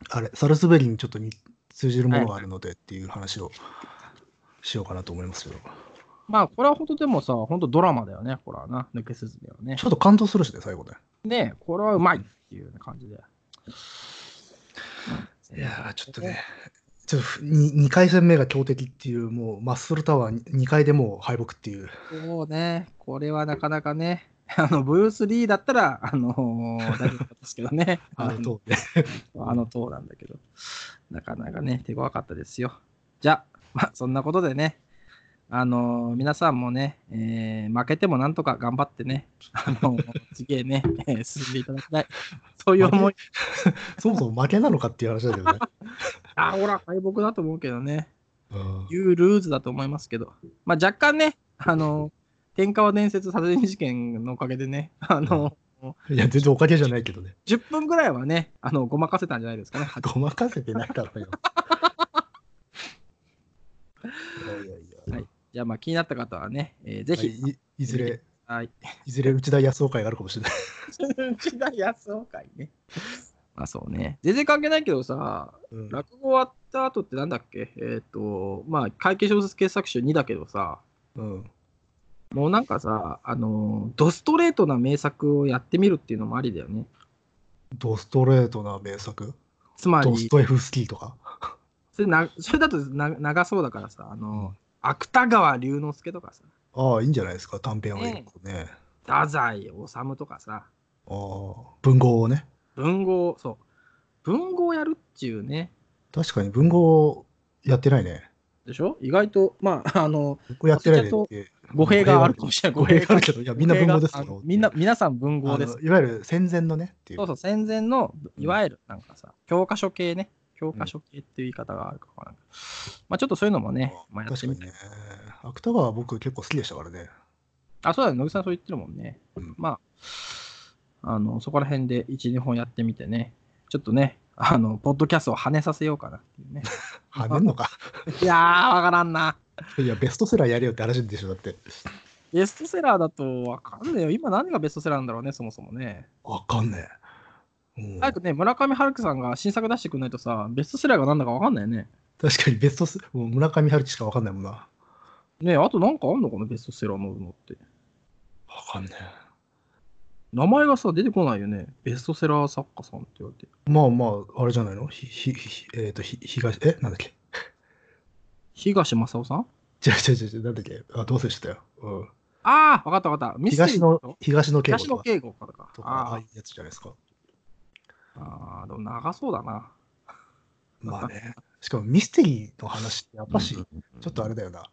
Speaker 1: あれ、サルスベリにちょっとに通じるものがあるのでっていう話をしようかなと思いますけど、
Speaker 2: まあこれは本当でもさ、本当ドラマだよね、これはな。抜けスズメはね
Speaker 1: ち。ょっと感動するしね、最後ね。
Speaker 2: ねこれはうまいっていう感じで。
Speaker 1: いやー、ちょっとね、ちょっと2回戦目が強敵っていう、もうマッスルタワー2回でもう敗北っていう、
Speaker 2: そうね、これはなかなかね、あの、ブルース・リーだったら、あのー大丈夫だったんですけどね。 <laughs>
Speaker 1: あのと、
Speaker 2: あの塔なんだけど、なかなかね、手強かったですよ。じゃあ、 <laughs> まあ、そんなことでね、あのー皆さんもね、えー負けてもなんとか頑張ってね、 <laughs> あのー次へね、 <laughs> えー進んでいただきたい。そういう思い。
Speaker 1: <laughs> そもそも負けなのかっていう話だけどね。
Speaker 2: <laughs> あ、ほら、敗北だと思うけどね、
Speaker 1: <laughs> うん
Speaker 2: いうルーズだと思いますけど、まあ、若干ね、あのー天川伝説殺人事件のおかげでね、あの
Speaker 1: いや、全然おかげじゃないけどね。
Speaker 2: ー10分ぐらいはね、あのごまかせたんじゃないですかね。
Speaker 1: ごまかせてないだろうよ。いやいやいや。
Speaker 2: じゃあ、まあ、気になった方はね、えー
Speaker 1: ぜ
Speaker 2: ぜ
Speaker 1: ひ、
Speaker 2: ひ、
Speaker 1: い、いずれ、
Speaker 2: はい
Speaker 1: いずれ内田康夫会があるかもしれない。
Speaker 2: 内田康夫会ね。 <laughs> まあそうね。全然関係ないけどさ、
Speaker 1: うん
Speaker 2: 落語終わった後ってなんだっけえっ、と、まあ、会計小説傑作集2だけどさ、
Speaker 1: うん。
Speaker 2: もうなんかさ、あのー、ドストレートな名作をやってみるっていうのもありだよね。
Speaker 1: ドストレートな名作。
Speaker 2: つま
Speaker 1: ドス
Speaker 2: り、
Speaker 1: トエフスキーとか。
Speaker 2: それなそれだとな長そうだからさ、あのー、芥川龍之介とかさ、
Speaker 1: ああ、いいんじゃないですか、短編を読むとね。
Speaker 2: 太宰治とかさ、
Speaker 1: ああ、文豪をね。
Speaker 2: 文豪、そう、文豪をやるっていうね、
Speaker 1: 確かに文豪やってないね。
Speaker 2: でしょ意外と、まあ、あのー、
Speaker 1: 僕やってないねって。
Speaker 2: 語弊があるかもしれない。
Speaker 1: 語弊があるけど、いや、みんな文豪です
Speaker 2: あ
Speaker 1: け
Speaker 2: の
Speaker 1: ど。
Speaker 2: みんな、皆さん文豪です
Speaker 1: あの。いわゆる戦前のねっていう。
Speaker 2: そうそう、戦前の、いわゆるなんかさ、教科書系ね。教科書系っていう言い方があるかわからんけどまあちょっとそういうのもね、まあ、やって
Speaker 1: 確か
Speaker 2: み
Speaker 1: に
Speaker 2: たい。
Speaker 1: ね。芥川は僕結構好きでしたからね。
Speaker 2: あ、そうだね、野木さんそう言ってるもんね。
Speaker 1: うん
Speaker 2: まあ、あの、そこら辺で1、2本やってみてね、ちょっとね、あの、ポッドキャストを跳ねさせようかなっ
Speaker 1: <laughs>
Speaker 2: ていうね。
Speaker 1: はめんのか。 <laughs>
Speaker 2: いやー、わからんな。
Speaker 1: いや、ベストセラーやれよって話でしょ、だって。
Speaker 2: ベストセラーだとわかんねえよ。今何がベストセラーなんだろうね、そもそもね。
Speaker 1: わかんねえ。うん
Speaker 2: 早くね、村上春樹さんが新作出してくんないとさ、ベストセラーが何だかわかんないよね。
Speaker 1: 確かにベストス、もう村上春樹しかわかんないもんな。わ
Speaker 2: ねえあとなんかあんのかな、ベストセラーののって。
Speaker 1: かんね
Speaker 2: 名前がさ、出てこないよね。ベストセラー作家さんって言われて。
Speaker 1: え。まあまあ、あれじゃないのひ、ひ、ひえっ、と、ひ、東、え、なんだっけ
Speaker 2: 東正夫さん
Speaker 1: 違う違う違う、なんだっけあ、どうせしてたよ。うん。
Speaker 2: ああ、わかったわかった。ミステリ
Speaker 1: 東
Speaker 2: ー
Speaker 1: の、東の敬語
Speaker 2: 東
Speaker 1: と
Speaker 2: 野
Speaker 1: か、
Speaker 2: 圭吾からか。
Speaker 1: とかああ
Speaker 2: あ
Speaker 1: いうやつじゃないですか。
Speaker 2: あああ、でも長そうだな。
Speaker 1: まあね。 <laughs> しかもミステリーの話ってやっぱし、
Speaker 2: うん
Speaker 1: ちょっとあれだよな。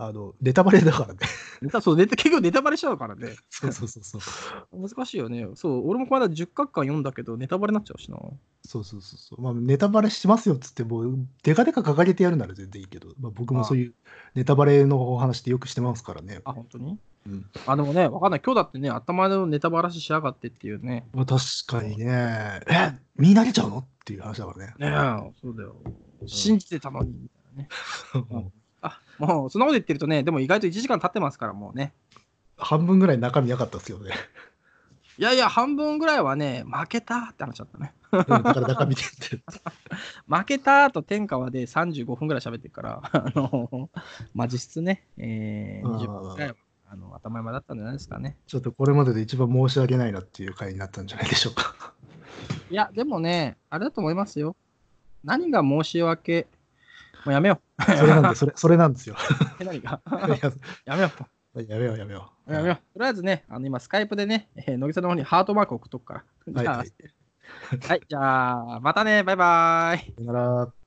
Speaker 1: あの、ネタバレだからね。
Speaker 2: ネタそうネタ結局ネタバレしちゃうからね。
Speaker 1: <laughs> そうそうそうそう。
Speaker 2: 難しいよね。そう、俺もこの間10巻巻読んだけど、ネタバレになっちゃうしな。
Speaker 1: そうそうそうそう。まあ、ネタバレしますよっつって、もう、デカデカ掲げてやるなら全然いいけど、まあ、僕もそういうネタバレのお話ってよくしてますからね。
Speaker 2: あ、本当に
Speaker 1: うん
Speaker 2: あ、でもね、わかんない。今日だってね、頭のネタバラシしやがってっていうね。
Speaker 1: まあ、確かにね、え、見慣れちゃうのっていう話だからね。
Speaker 2: ねえ、そうだよ。信じてたのに、みたいなね。
Speaker 1: うん
Speaker 2: あもうそんなこと言ってるとね、でも意外と1時間経ってますから、もうね。
Speaker 1: 半分ぐらい中身なかったですよね。
Speaker 2: いやいや、半分ぐらいはね、負けたって話だったね。
Speaker 1: うんだから中身でって。 <laughs>
Speaker 2: 負けたと天下はで35分ぐらい喋ってるから、 <laughs> あの、まあ、実質ね、えー、
Speaker 1: うん
Speaker 2: 20分ぐらいはあの頭山だったんじゃないですかね。
Speaker 1: ちょっとこれまでで一番申し訳ないなっていう回になったんじゃないでしょうか。
Speaker 2: いや、でもね、あれだと思いますよ。何が申し訳もうやめよう。
Speaker 1: それなんで、それ、それなん <laughs> ですよ。
Speaker 2: え何が <laughs>
Speaker 1: いや
Speaker 2: やめよう。
Speaker 1: やめよう、やめよう。
Speaker 2: やめよう。とりあえずね、あの今、スカイプでね、えー、乃木さんの方にハートマーク送っとくから。
Speaker 1: はいはい
Speaker 2: じゃあはい、じゃあ、またね、バイバイ。
Speaker 1: さよなら。